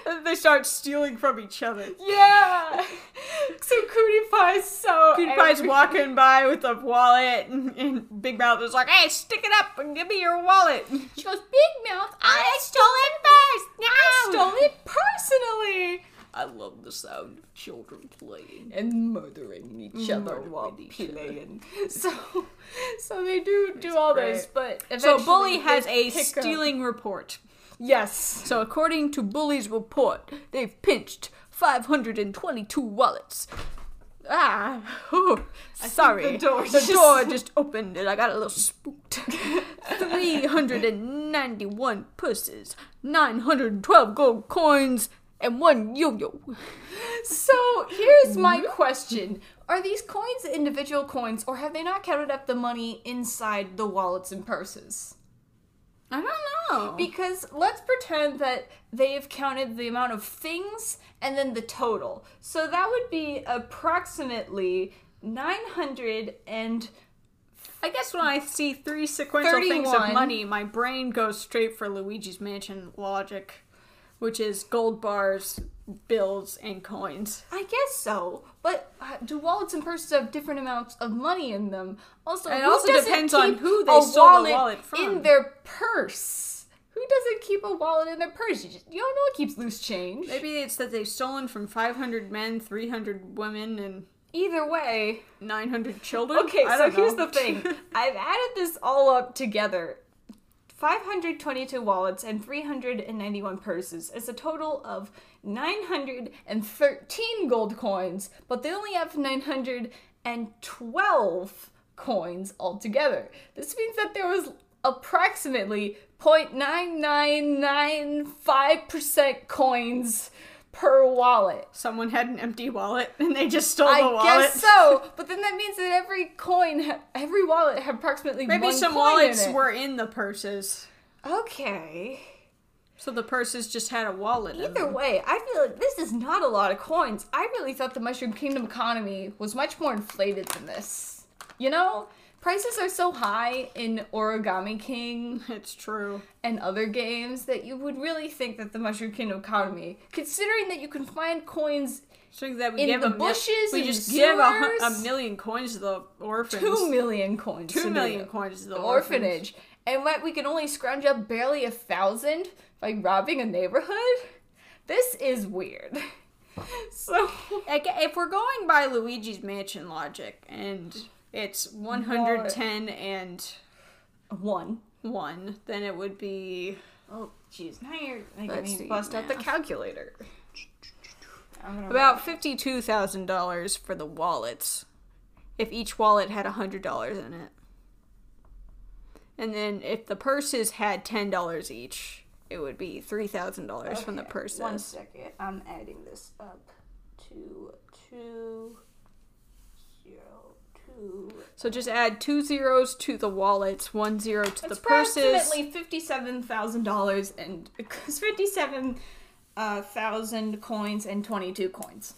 B: And they start stealing from each other.
C: Yeah. So Cootie Pie's so
B: Cutie Pie's
C: angry.
B: walking by with a wallet, and, and Big Mouth is like, "Hey, stick it up and give me your wallet."
C: She goes, Big Mouth, I stole it first. Now I stole it personally.
B: I love the sound of children playing.
C: And murdering each other
B: Murdering
C: while
B: each other.
C: playing. So, so they do do all
B: great.
C: this, but
B: So
C: eventually
B: Bully has
C: they
B: a
C: pick up-
B: stealing report.
C: Yes.
B: So, according to Bully's report, they've pinched 522 wallets. Ah, whew, sorry.
C: the door
B: The
C: just-
B: door just opened and I got a little spooked. 391 purses, 912 gold coins, and one Mm-hmm. yo yo.
C: So here's my question: Are these coins individual coins, or have they not counted up the money inside the wallets and purses?
B: I don't know.
C: Because let's pretend that they've counted the amount of things and then the total. So that would be approximately nine hundred and
B: I guess when I see three sequential things of
C: 31.
B: money, my brain goes straight for Luigi's Mansion logic, which is gold bars, bills, and coins.
C: I guess so. But uh, do wallets and purses have different amounts of money in them? Also,
B: It
C: who
B: also
C: doesn't
B: depends on
C: keep
B: who they
C: a
B: stole the wallet from.
C: in their purse. Who doesn't keep a wallet in their purse? You, just, you don't know what keeps loose change.
B: Maybe it's that they've stolen from 500 men, 300 women, and
C: Either way,
B: 900 children?
C: okay,
B: I
C: so
B: don't
C: here's
B: know.
C: the thing. I've added this all up together. 522 wallets and 391 purses is a total of 913 gold coins, but they only have 912 coins altogether. This means that there was approximately 0.9995% coins per wallet.
B: Someone had an empty wallet and they just stole
C: I
B: the wallet.
C: guess so, but then that means that every coin, ha- every wallet had approximately
B: Maybe
C: one
B: some
C: coin in
B: wallets
C: it.
B: were in the purses.
C: Okay.
B: So the purses just had a wallet. in
C: Either
B: them.
C: way, I feel like this is not a lot of coins. I really thought the Mushroom Kingdom economy was much more inflated than this. You know, prices are so high in Origami King
B: It's true.
C: and other games that you would really think that the Mushroom Kingdom economy, considering that you can find coins
B: So that we
C: In
B: give
C: the
B: a mil-
C: bushes,
B: we
C: in
B: just
C: the
B: give a, hun- a
C: sewers.
B: million coins to the orphans.
C: two million coins.
B: Two
C: to
B: million
C: the-
B: coins to the orphans.
C: orphanage. And what we can only scrounge up barely a thousand by robbing a neighborhood? This is weird. So
B: Like, If we're going by Luigi's Mansion logic, and it's 110 and
C: one.
B: 1, then it would be.
C: Oh jeez, now you're
B: Let's
C: making
B: do
C: me bust out the
B: math.
C: calculator.
B: About $52,000 for the wallets. If each wallet had $100 in it. And then if the purses had $10 each, it would be $3,000 from the purses.
C: second. I'm adding this up to two zero two.
B: So just add two zeros to the wallets, one zero to the purses.
C: approximately fifty-seven thousand dollars and fifty-seven uh, thousand coins and twenty-two coins.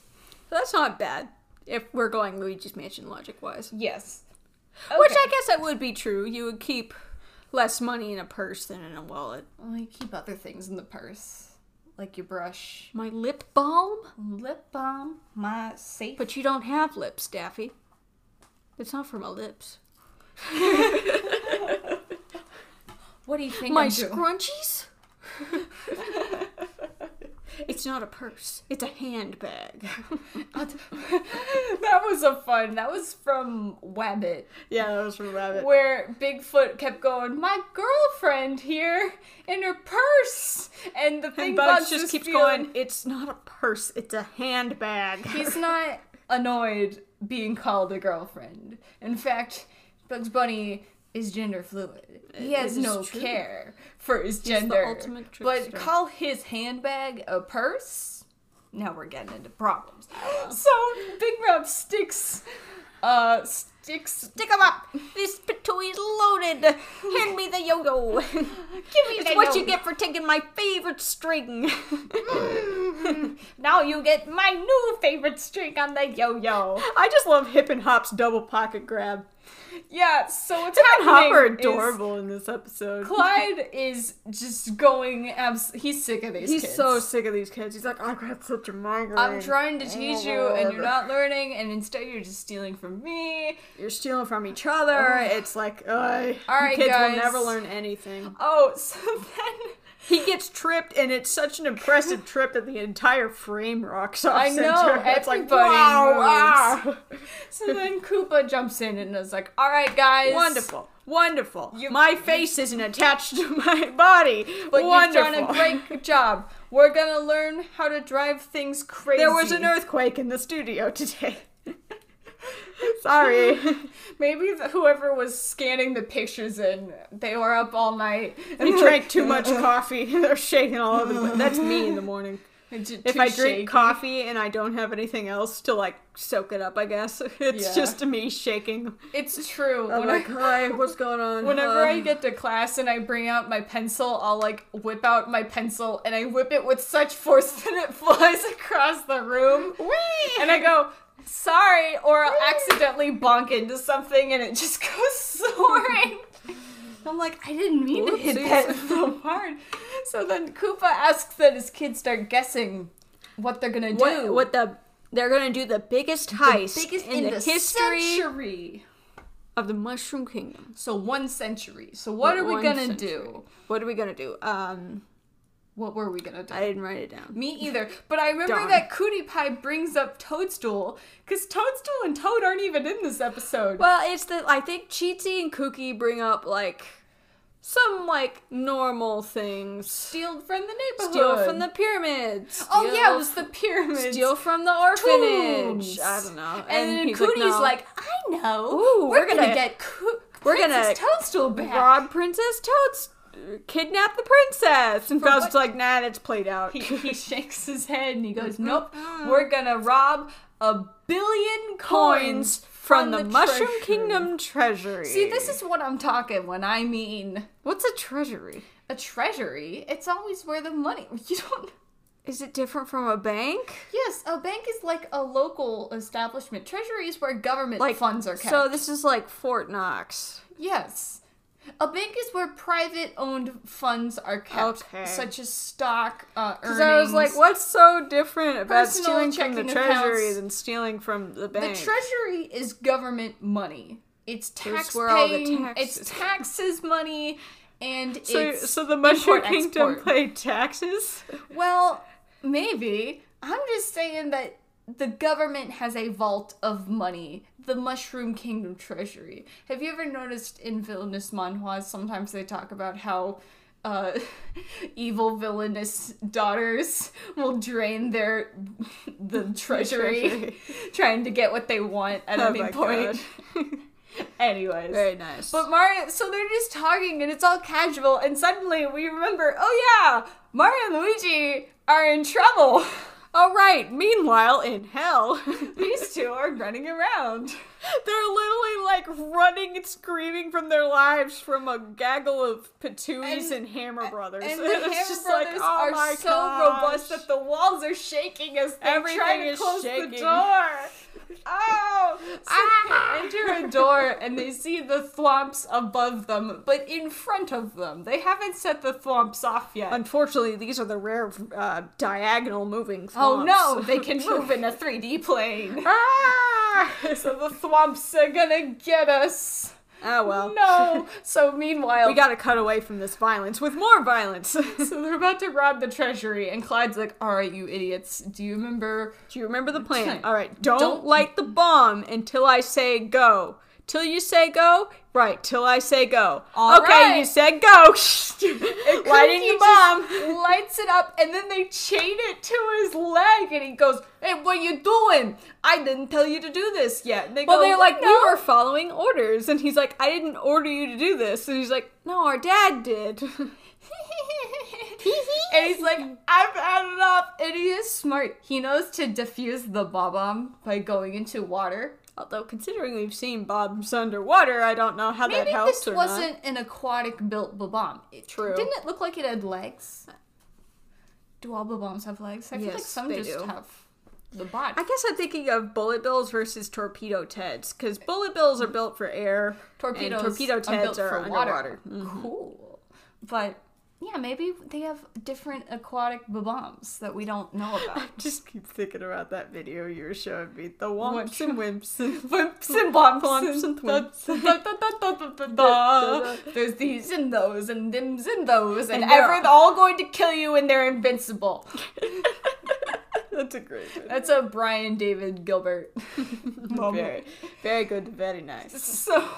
B: So that's not bad if we're going Luigi's Mansion logic wise.
C: Yes.
B: Which I guess that would be true. You would keep less money in a purse than in a wallet.
C: Well, you keep other things in the purse, like your brush,
B: My lip balm?
C: lip balm, my safe.
B: But you don't have lips, Daffy. It's not for my lips.
C: what do you think?
B: My
C: I'm doing?
B: scrunchies? it's not a purse. It's a handbag.
C: that was a fun. That was from Wabbit,
B: yeah, that was from Rabbit.
C: where Bigfoot kept going, "My girlfriend here in her purse," and the thing
B: And
C: is
B: Bugs just keeps
C: feeling-
B: going, it's not a purse, it's a handbag.
C: He's not annoyed being called a girlfriend. In fact, Bugs Bunny is gender fluid. He has
B: is
C: no
B: true.
C: care for his
B: the
C: gender.
B: ultimate
C: but
B: trickster.
C: call his handbag a purse? Now we're getting into problems. so Big Mouth sticks uh sticks
B: Stick 'em up! This is loaded! Hand me the yo-yo! Give me
C: the
B: what
C: yo-yo.
B: you get for taking my favorite string!
C: now you get my new favorite string on the yo-yo.
B: I just love Hip and Hop's double pocket grab.
C: Yeah, so what's
B: Hip and Hop are
C: happening is
B: adorable in this episode.
C: Clyde is just going abs- he's sick of these
B: He's
C: kids.
B: so sick of these kids. He's like, I got such a migraine.
C: I'm trying to teach you and
B: Lord.
C: you're not learning and instead you're just stealing from me.
B: You're stealing from each other. It's like, ugh.
C: All right,
B: kids
C: guys.
B: will never learn anything.
C: Oh, so then
B: He gets tripped, and it's such an impressive trip that the entire frame rocks off
C: I
B: center.
C: know,
B: It's like,
C: everybody
B: wow,
C: moves. so then Koopa jumps in and is like, "All right, guys,
B: wow. Wonderful. Wonderful.
C: You-
B: my face isn't attached to my body.
C: but
B: Wonderful.
C: you've done a great job. We're gonna learn how to drive things crazy."
B: There was an earthquake in the studio today. Sorry.
C: Maybe the, whoever was scanning the pictures in, they were up all night
B: They
C: they
B: drank too much coffee. They're shaking all over the place. That's me in the morning. If I drink coffee and I don't have anything else to like soak it up, I guess it's
C: Yeah.
B: just me shaking.
C: it's true.
B: I'm
C: When I-
B: like, hi, what's going on?
C: Whenever
B: Uh,
C: I get to class and I bring out my pencil, I'll like whip out my pencil and I whip it with such force that it flies across the room.
B: Whee!
C: And I go, sorry, or I'll accidentally bonk into something and it just goes soaring. I'm like, I didn't mean to hit
B: Whoopsies.
C: that so hard. So then Koopa asks that his kids start guessing what they're gonna
B: what,
C: do.
B: what the they're gonna do the biggest heist
C: biggest
B: in, the, history
C: century.
B: of the Mushroom Kingdom.
C: So one century. So what are we
B: One
C: gonna
B: century.
C: do?
B: What are we gonna do? Um,
C: What were we gonna do?
B: I didn't write it down.
C: Me either. But I remember
B: Darn.
C: that Cootie Pie brings up Toadstool because Toadstool and Toad aren't even in this episode.
B: Well, it's the I think Cheatsy and Kookie bring up like some like normal things.
C: Steal from the neighborhood.
B: Steal from the pyramids.
C: Oh
B: Steal-
C: yeah, it was the pyramid.
B: steal from the orphanage.
C: Tombs.
B: I don't know.
C: And, then
B: he's
C: Cootie's
B: "No,
C: like, I know.
B: Ooh,
C: we're,
B: we're
C: gonna,
B: gonna-
C: get Coo-
B: we're gonna
C: Princess Toadstool back.
B: rob Princess Toad's kidnap the princess. And Faust's
C: what-
B: like, nah, that's played out.
C: he, he shakes his head and he goes,
B: Mm-hmm.
C: Nope, we're gonna rob a billion
B: Coins from, the, Mushroom
C: treasury."
B: Kingdom treasury.
C: See, this is what I'm talking when I mean
B: what's a treasury?
C: a treasury. It's always where the money. You don't.
B: Is it different from a bank?
C: Yes, a bank is like a local establishment. Treasury is where government funds are kept.
B: So this is like Fort Knox.
C: yes. A bank is where private owned funds are kept,
B: Okay.
C: such as stock, uh, earnings.
B: Because I was like, what's so different about
C: Personal
B: stealing from the
C: checking
B: treasury
C: accounts.
B: than stealing from the
C: The
B: bank?
C: treasury is government money. It's tax
B: There's where all the
C: It's
B: taxes-
C: taxes money, and
B: so,
C: it's
B: so the Mushroom
C: import,
B: Kingdom
C: export.
B: paid taxes?
C: well, maybe. I'm just saying that the government has a vault of money, the Mushroom Kingdom treasury. Have you ever noticed in villainous manhwas sometimes they talk about how uh, evil villainous daughters will drain their the treasury,
B: treasury.
C: trying to get what they want at
B: Oh
C: any
B: my
C: point. Anyways,
B: Very nice.
C: but Mario, so they're just talking and it's all casual, and suddenly we remember, oh yeah, Mario and Luigi are in trouble.
B: all right. Meanwhile, in hell,
C: These two are running around.
B: they're literally like running and screaming from their lives from a gaggle of Petunies and,
C: And-
B: Hammer Brothers.
C: And the
B: It's
C: Hammer
B: just like,
C: Brothers
B: oh my
C: are so
B: gosh.
C: robust that the walls are shaking as they try
B: Everything
C: to
B: is
C: close the
B: shaking.
C: door. Oh! So
B: Ah!
C: they enter a door and they see the thwomps above them, but in front of them. They haven't set the thwomps off yet.
B: Unfortunately, these are the rare uh, diagonal moving.
C: oh no,
B: thwomps.
C: they can move in a 3D plane.
B: ah!
C: So the thwomps are gonna get us.
B: Oh well.
C: No. So meanwhile,
B: We gotta cut away from this violence with more violence. Do
C: so they're about to rob the treasury, and Clyde's like, "All right, you idiots. Do you remember?
B: you remember the plan?
C: Okay.
B: All right, don't,
C: Don't-
B: light the bomb until I say go. Till you say go, right? Till I say go.
C: All
B: okay,
C: right.
B: you said go. Why didn't
C: Cookie
B: you bomb?
C: just lights it up, and then they chain it to his leg, and he goes, "Hey, what are you doing? I didn't tell you to do this yet." And they
B: Well,
C: go,
B: they're like,
C: "No."
B: we were following orders, and he's like, I didn't order you to do this, and he's like, No, our dad did.
C: and he's like, I've had enough. And he is smart. He knows to defuse the bomb bomb by going into water.
B: Although, considering we've seen Bob's underwater, I don't know how that
C: Maybe
B: helps
C: this
B: or not.
C: wasn't an aquatic built bomb. It,
B: True.
C: Didn't it look like it had legs? Do all bombs have legs? I feel like
B: Yes,
C: some
B: they
C: just
B: do.
C: have the body.
B: I guess I'm thinking of bullet bills versus torpedo teds because bullet bills are built for air,
C: torpedoes
B: and torpedo
C: are
B: teds
C: built
B: are,
C: for
B: underwater. Mm-hmm.
C: water. Cool. But yeah, maybe they have different aquatic bombs that we don't know about.
B: Just keep thinking about that video you were showing me. The womps and wimps and
C: Wimps and bumps
B: Wimps and thwimps.
C: da- da- da- da- da- da- da. There's these and those and thims and those and,
B: And they're-
C: ever all going to kill you and they're invincible.
B: That's a great one.
C: That's a Brian David Gilbert moment.
B: Very, very good, very nice.
C: So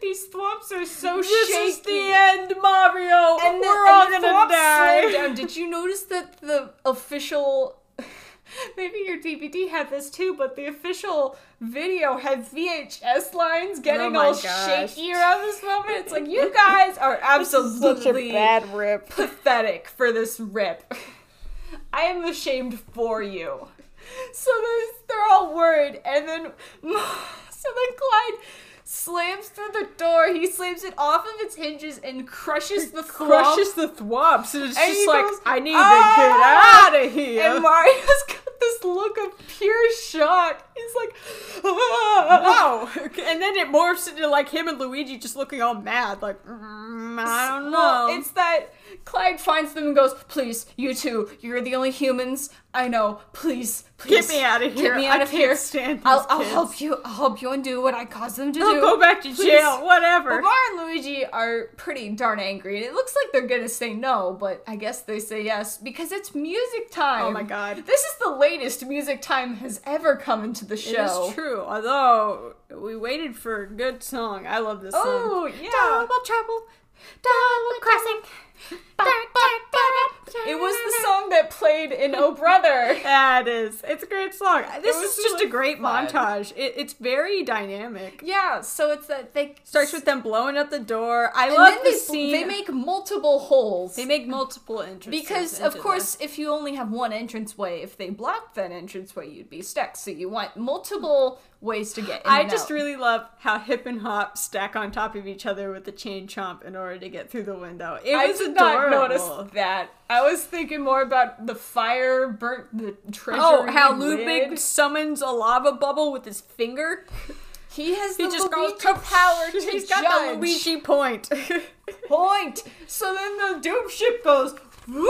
C: these thwomps are so
B: This
C: shaky.
B: is the end, Mario!
C: and the,
B: We're all
C: and the
B: gonna
C: thwomps slow
B: die!
C: down. Did you notice that the official? Maybe your DVD had this too, but the official video had VHS lines getting
B: my
C: all
B: gosh.
C: shaky around this moment. It's like you guys are absolutely
B: rip.
C: pathetic for this rip. I am ashamed for you. So there's, they're all worried, and then so then Clyde slams through the door. He slams it off of its hinges and crushes the
B: Crushes the thwomps, and it's
C: And he
B: just like,
C: goes,
B: I need
C: "Ah!"
B: to get out of here!
C: And Mario's got this look of pure shock. He's like,
B: Wow! And then it morphs into like him and Luigi just looking all mad, like mm, I don't know.
C: Well, it's that Clyde finds them and goes, Please, you two, you're the only humans I know. Please Please.
B: Get me out of here.
C: me
B: I
C: out of
B: can't
C: here.
B: stand these
C: I'll, I'll
B: kids.
C: help you. I'll help you undo what I caused them to
B: I'll
C: do.
B: go back to
C: Please.
B: jail. Whatever.
C: Lamar and Luigi are pretty darn angry, and it looks like they're gonna say no, but I guess they say yes because it's music time.
B: Oh my God.
C: This is the latest music time has ever come into the
B: It
C: show.
B: is true. Although we waited for a good song. I love this song.
C: Oh yeah.
B: Double trouble, double crossing.
C: It was the song that played in Oh Brother.
B: That is, it's a great song. This
C: was
B: is just
C: really
B: a great
C: fun.
B: montage. It, it's very dynamic.
C: Yeah, so it's that they
B: Starts with them blowing up the door. I
C: and
B: love
C: then they,
B: this scene.
C: they make multiple holes.
B: They make multiple entrances.
C: because
B: into
C: of course if you only have one entranceway, if they blocked that entranceway, you'd be stuck. So you want multiple ways to get in.
B: this. I
C: and
B: just
C: out.
B: really love how hip and hop stack on top of each other with the chain chomp in order to get through the window. It
C: I
B: was
C: did
B: adorable.
C: not notice that. I was thinking more about the fire burnt the treasure.
B: Oh, how
C: in
B: Ludwig
C: lid.
B: summons a lava bubble with his finger.
C: he has
B: He
C: the
B: just goes
C: Luigi
B: to
C: power to
B: He's
C: judge.
B: got the Luigi point.
C: point. So then the doom ship goes whoop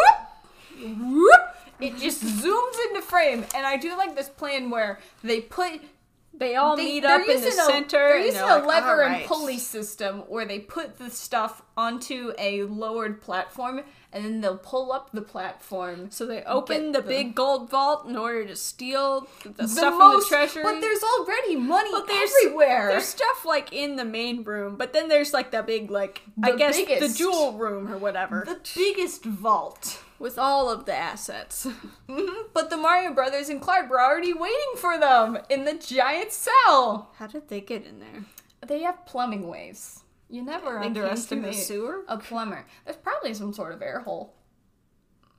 C: whoop. It just zooms into frame, and I do like this plan where they put
B: they all
C: they,
B: meet
C: they're
B: up in the
C: using a-
B: center.
C: They're
B: and
C: using
B: they're
C: a
B: like,
C: lever
B: "All
C: and
B: right."
C: pulley system where they put the stuff onto a lowered platform, and then they'll pull up the platform.
B: So they open the,
C: the-
B: big gold vault in order to steal the, stuff
C: most-
B: from the treasury.
C: But there's already money
B: But there's-
C: everywhere.
B: There's stuff like in the main room, but then there's like the big like I
C: The
B: guess the
C: biggest.
B: jewel room or whatever
C: the biggest vault.
B: with all of the assets.
C: Mhm, But the Mario Brothers and Clark were already waiting for them in the giant cell.
B: How did they get in there?
C: They have plumbing waves. You never
B: They came through the
C: underestimate
B: sewer?
C: a plumber. There's probably some sort of air hole.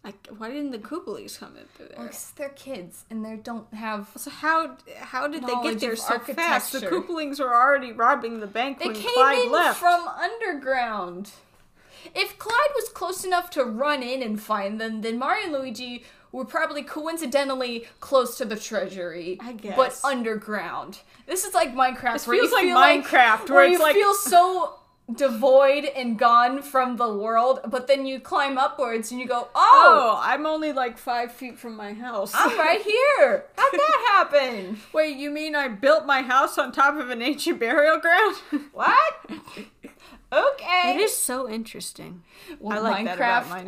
B: Like why didn't the Koopalings come in through there?
C: Because they're kids and they don't have.
B: So how how did they
C: Knowledge
B: get there
C: of
B: so fast? The
C: architecture.
B: Koopalings were already robbing the bank
C: They
B: when
C: came
B: Clyde
C: in
B: left.
C: from underground. If Clyde was close enough to run in and find them, then Mario and Luigi were probably coincidentally close to the treasury,
B: I
C: but
B: guess.
C: underground. This is like Minecraft.
B: This
C: where you
B: feels like
C: feel
B: Minecraft, where
C: where
B: it's
C: you
B: like-
C: feel so devoid and gone from the world, but then you climb upwards and you go, "Oh,
B: Oh, I'm only like five feet from my house.
C: I'm right here. How'd that happen?
B: Wait, you mean I built my house on top of an ancient burial ground?
C: What? Okay."
B: so interesting.
C: Well,
B: I like
C: Minecraft,
B: that about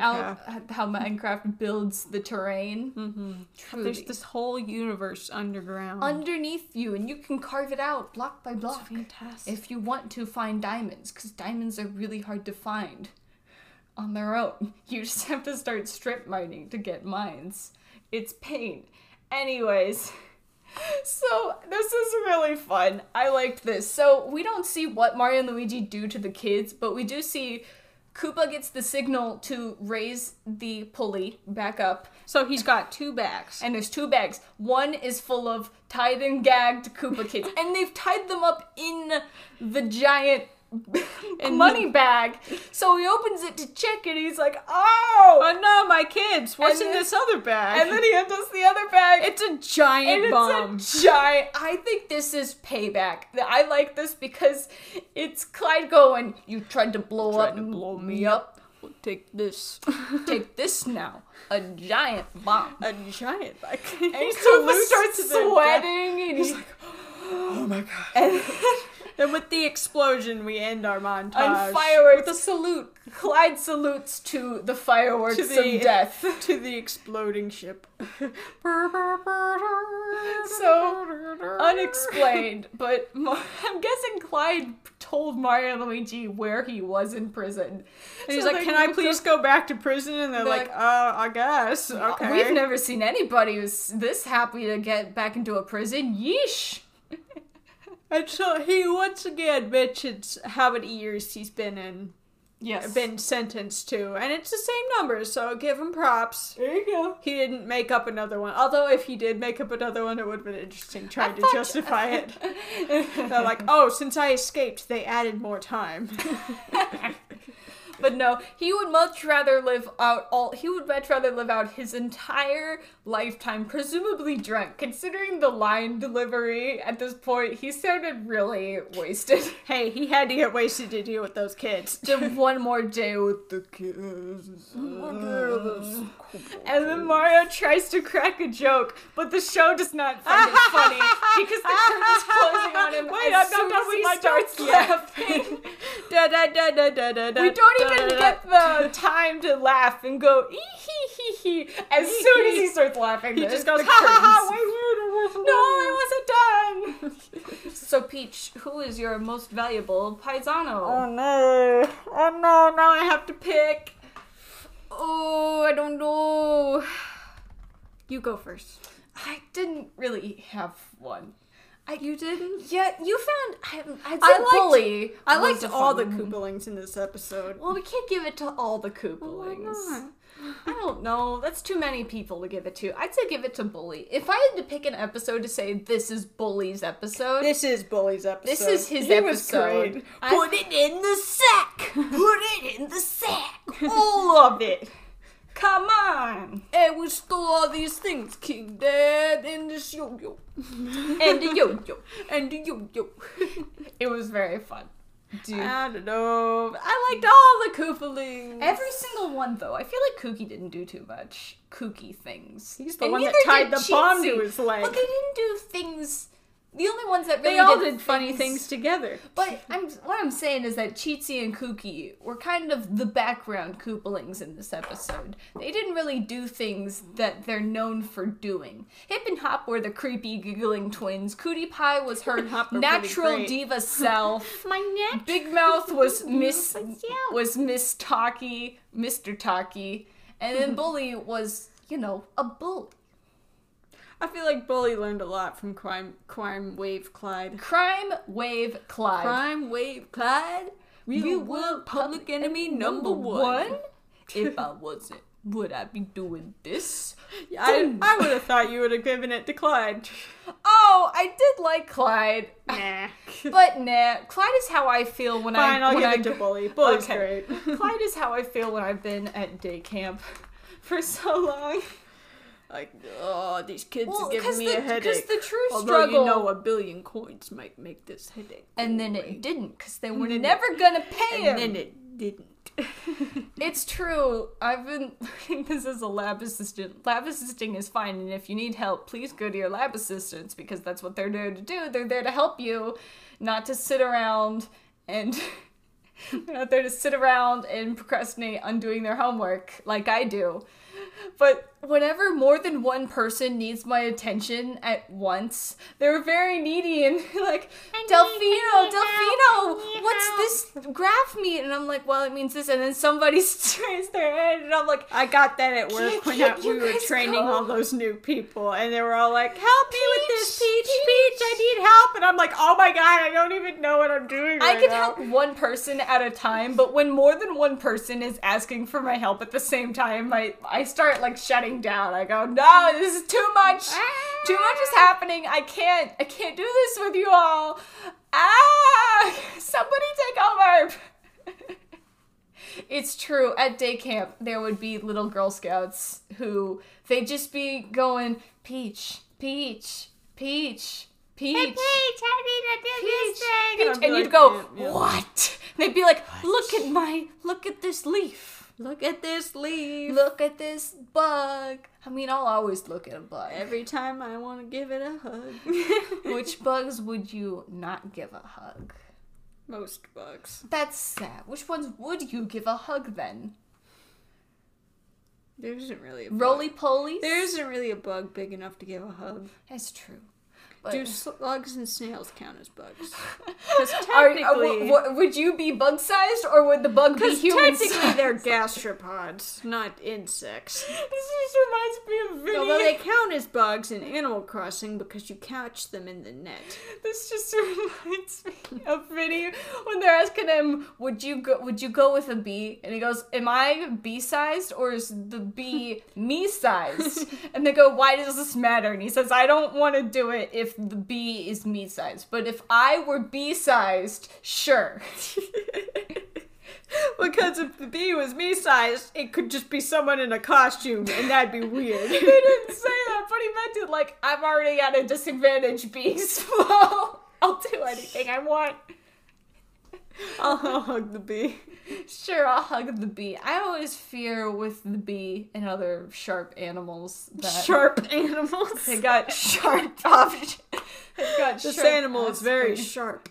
C: Out, how Minecraft builds the terrain. Mm-hmm. Truly.
B: There's this whole universe underground.
C: underneath you, and you can carve it out block by block.
B: Fantastic.
C: If you want to find diamonds, because diamonds are really hard to find on their own, you just have to start strip mining to get mines. It's pain. Anyways. So this is really fun. I liked this. So we don't see what Mario and Luigi do to the kids, but we do see Koopa gets the signal to raise the pulley back up,
B: so he's got two backs.
C: and there's two bags. One is full of tied and gagged Koopa kids, and they've tied them up in the giant money bag. So he opens it to check, and he's like, "Oh!"
B: oh no, my kids! What's
C: And
B: in
C: then-
B: this other bag?
C: And then he opens the other bag.
B: it's a giant
C: and it's
B: bomb.
C: a giant. I think this is payback. I like this because it's Clyde going, "You tried to blow
B: Tried
C: up,
B: to blow me
C: up.
B: Take this.
C: Take this now, a giant bomb."
B: a giant bag.
C: And
B: He's
C: Koopa
B: loose to
C: starts
B: the death.
C: sweating, and he's like,
B: Oh my god.
C: and
B: And with the explosion, we end our montage.
C: on fireworks. With a salute. Clyde salutes to the fireworks
B: To the-
C: of death.
B: to the exploding ship.
C: So, Unexplained, but Mar- I'm guessing Clyde told Mario and Luigi where he was in prison.
B: And he's
C: So
B: like,
C: they
B: "Can I
C: look
B: please
C: up-
B: go back to prison?" And they're
C: They're
B: like,
C: like,
B: "Uh, I guess." Okay.
C: We've never seen anybody who's this happy to get back into a prison. Yeesh!
B: And so he once again mentions how many years he's been in,
C: Yes.
B: been sentenced to, and it's the same number. So give him props.
C: there you go.
B: He didn't make up another one. Although if he did make up another one, it would have been interesting trying to
C: thought-
B: justify it. They're like, "Oh, since I escaped, they added more time."
C: But no, he would much rather live out all. He would much rather live out his entire lifetime, presumably drunk. Considering the line delivery at this point, he sounded really wasted.
B: Hey, he had to get wasted to deal with those kids.
C: Did one more day with the kids. And then Mario tries to crack a joke, but the show does not find it funny because the curtain's closing on him.
B: Wait,
C: as
B: I'm not
C: soon
B: done
C: as
B: with
C: he
B: my
C: starts
B: jokes yet.
C: laughing.
B: da, da, da, da, da, da, da,
C: We don't
B: da,
C: even
B: da,
C: get
B: da.
C: the time to laugh and go ee hee hee hee. As soon as he starts laughing,
B: He
C: there's
B: just goes,
C: the
B: ha ha ha,
C: curtains.
B: wait, wait, wait,
C: No,
B: wait,
C: I wasn't done. so Peach, who is your most valuable paisano?
B: no. Oh no, now I have to pick.
C: Oh, I don't know. Oh, You go first. I didn't really have one. I you didn't? Yeah, you found I, I'd say
B: I liked-
C: bully.
B: I
C: was
B: liked
C: a
B: all the
C: fun one.
B: Koopalings in this episode.
C: Well, we can't give it to all the Koopalings.
B: not?
C: I don't know. That's too many people to give it to. I'd say give it to Bully. If I had to pick an episode to say this is Bully's episode,
B: This is Bully's episode.
C: This is his
B: He was
C: episode.
B: great.
C: I-
B: Put it in the sack.
C: put it in the sack.
B: All of it. Come on.
C: and we stole all these things, King Dad, and this yo-yo, and the yo-yo, and the yo-yo. it was very fun. Dude.
B: I don't know.
C: I liked all the Koopalings.
B: Every
C: single one, though. I feel like Kooky didn't do too much kooky things.
B: He's the one that tied the bomb to his leg.
C: But they didn't do things. The only ones that really
B: They all
C: did,
B: did funny things together.
C: But I'm what I'm saying is that Cheatsy and Kooky were kind of the background Koopalings in this episode. They didn't really do things that they're known for doing. Hip and Hop were the creepy giggling twins. Cootie Pie was her
B: and Hop are pretty
C: natural
B: great.
C: diva self.
A: My neck.
C: Big Mouth was Miss
A: Yeah.
C: was Miss Talkie, Mr. Talkie, and then Bully was you know a bull.
B: I feel like Bully learned a lot from Crime Crime Wave Clyde.
C: Crime Wave Clyde.
B: Crime Wave Clyde. Real,
C: Real
B: world
C: world
B: public enemy number one.
C: If I wasn't, would I be doing this?
B: I, I would have thought you would have given it to Clyde.
C: Oh, I did like Clyde,
B: Nah.
C: but nah. Clyde is how I feel when I.
B: Fine, I'll
C: when
B: give
C: I
B: it to Bully. Bully's
C: Okay.
B: great.
C: Clyde is how I feel when I've been at day camp for so long.
B: Like, oh, these kids
C: Well,
B: are giving
C: 'cause
B: me
C: the-
B: a
C: 'cause
B: headache.
C: the true
B: Although you
C: struggle-
B: know a billion coins might make this headache.
C: And then it didn't, because they were
B: then
C: never gonna pay him.
B: And then it didn't.
C: It's true. I've been learning this as a lab assistant. Lab assisting is fine, and if you need help, please go to your lab assistants because that's what they're there to do. They're there to help you, not to sit around and they're not there to sit around and procrastinate on doing their homework like I do. But whenever more than one person needs my attention at once, they're very needy and like, Delphino, Delphino, what's this graph mean? And I'm like, well, it means this. And then somebody strains their head, and I'm like,
B: I got that at work when
C: can't
B: I-
C: you
B: we were
C: guys
B: training
C: go?
B: all those new people, and they were all like, "Help me with this, Peach,
C: Peach,
B: Peach! I need help!" And I'm like, "Oh my god, I don't even know what I'm doing."
C: I
B: right
C: can
B: now."
C: help one person at a time, but when more than one person is asking for my help at the same time, I, I start like shutting down. I go, no, this is too much. Too much is
B: Ah.
C: happening. I can't. I can't do this with you all. Ah! Somebody take over. It's true. At day camp, there would be little Girl Scouts who they'd just be going, Peach, Peach, Peach, Peach. Peach, Peach.
B: I'd be
C: And
B: like,
C: you'd go,
B: "Yeah, yeah."
C: What? And they'd be like, Look at my, look at this leaf.
B: Look at this leaf.
C: Look at this bug. I mean, I'll always look at a bug.
B: Every time I want to give it a hug.
C: Which bugs would you not give a hug?
B: most bugs?
C: That's sad. Which ones would you give a hug then?
B: There isn't really a bug.
C: Roly polies?
B: There isn't really a bug big enough to give a hug.
C: That's true. But
B: Do slugs and snails count as bugs?
C: Are- are- w-
B: technically-
C: w- would you be bug sized or would the bug be
B: Because
C: human?
B: technically they're gastropods, not insects.
C: just reminds me of Vinny.
B: Although they count as bugs in Animal Crossing because you catch them in the net.
C: This just reminds me of Vinny when they're asking him, "Would you go? Would you go with a bee?" And he goes, "Am I bee sized or is the bee me sized?" and they go, "Why does this matter?" And he says, "I don't want to do it if the bee is me sized, but if I were bee sized, sure."
B: because if the bee was me sized, it could just be someone in a costume, and that'd be
C: He
B: weird.
C: didn't say that, but he meant it like I'm already at a disadvantage, beast. so I'll do anything I want.
B: I'll hug the bee.
C: Sure, I'll hug the bee. I always fear with the bee and other sharp animals that
B: Sharp animals.
C: they got sharp objects. got
B: This
C: sharp
B: animal is very
C: objects.
B: sharp.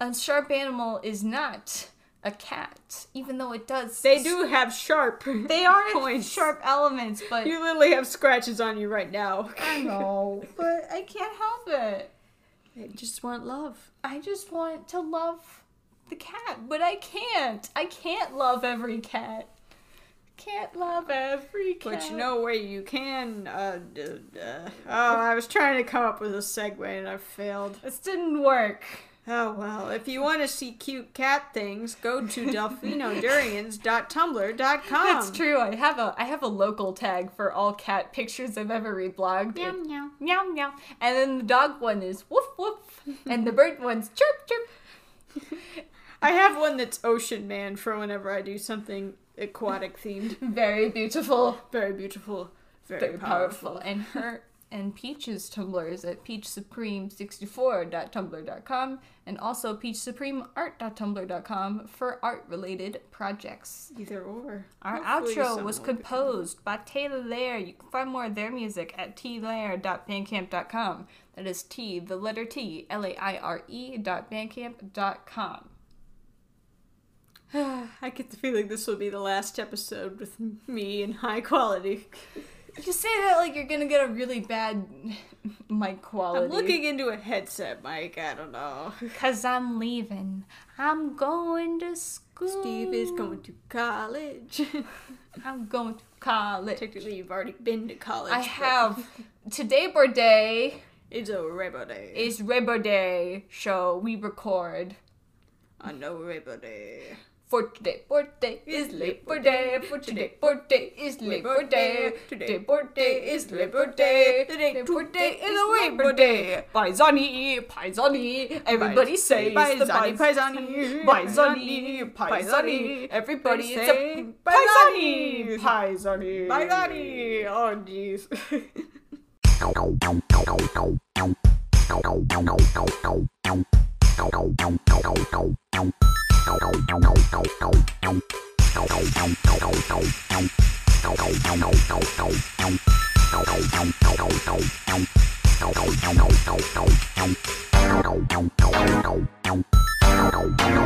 C: A sharp animal is not a cat, even though it does.
B: They do have sharp.
C: They are
B: Points.
C: sharp elements, but
B: You literally have scratches on you right now.
C: I know, but I can't help it.
B: They just want love.
C: I just want to love the cat, but I can't. I can't love every cat. Can't love every cat.
B: But you know where you can. Uh, d- uh, oh, I was trying to come up with a segue and I failed.
C: this didn't work.
B: Oh well, if you want to see cute cat things, go to delphinodurians.tumblr.com.
C: That's true. I have a I have a local tag for all cat pictures I've ever reblogged. Meow meow meow meow. And then the dog one is woof woof, and the bird one's chirp chirp.
B: I have one that's Ocean Man for whenever I do something aquatic themed.
C: Very beautiful,
B: Very beautiful, very,
C: very
B: powerful.
C: powerful. And her and Peach's Tumblr is at peachsupreme64.tumblr.com and also peachsupremeart.tumblr.com for art related projects.
B: Either or.
C: Our
B: Hopefully
C: outro
B: someone
C: was
B: will pick them.
C: composed by Taylor Lair. You can find more of their music at tlair.bandcamp.com. That is T, the letter T, L A I R E dot bandcamp.com.
B: I get the feeling this will be the last episode with me in high quality.
C: You say that like you're gonna get a really bad mic quality.
B: I'm looking into a headset, Mike. I don't know.
C: Cause I'm leaving. I'm going to school.
B: Steve is going to college.
C: I'm going to college.
B: Technically, you've already been to college.
C: I
B: but
C: have. Today, Birthday
B: It's a Rebel Day.
C: is Rebel Day, so we record.
B: I know Rebel Day.
C: For today, birthday is Labor Day. For today, birthday is Labor Day. Today, birthday is Labor Day. Today, birthday is Labor Day. Paisani, paisani, everybody says the
B: Paisani,
C: pais-
B: Paisani,
C: paisani, paisani. Everybody is a
B: Say
C: paisani,
B: paisani,
C: paisani,
B: Paisani! Oh, jeez.
D: Thank you.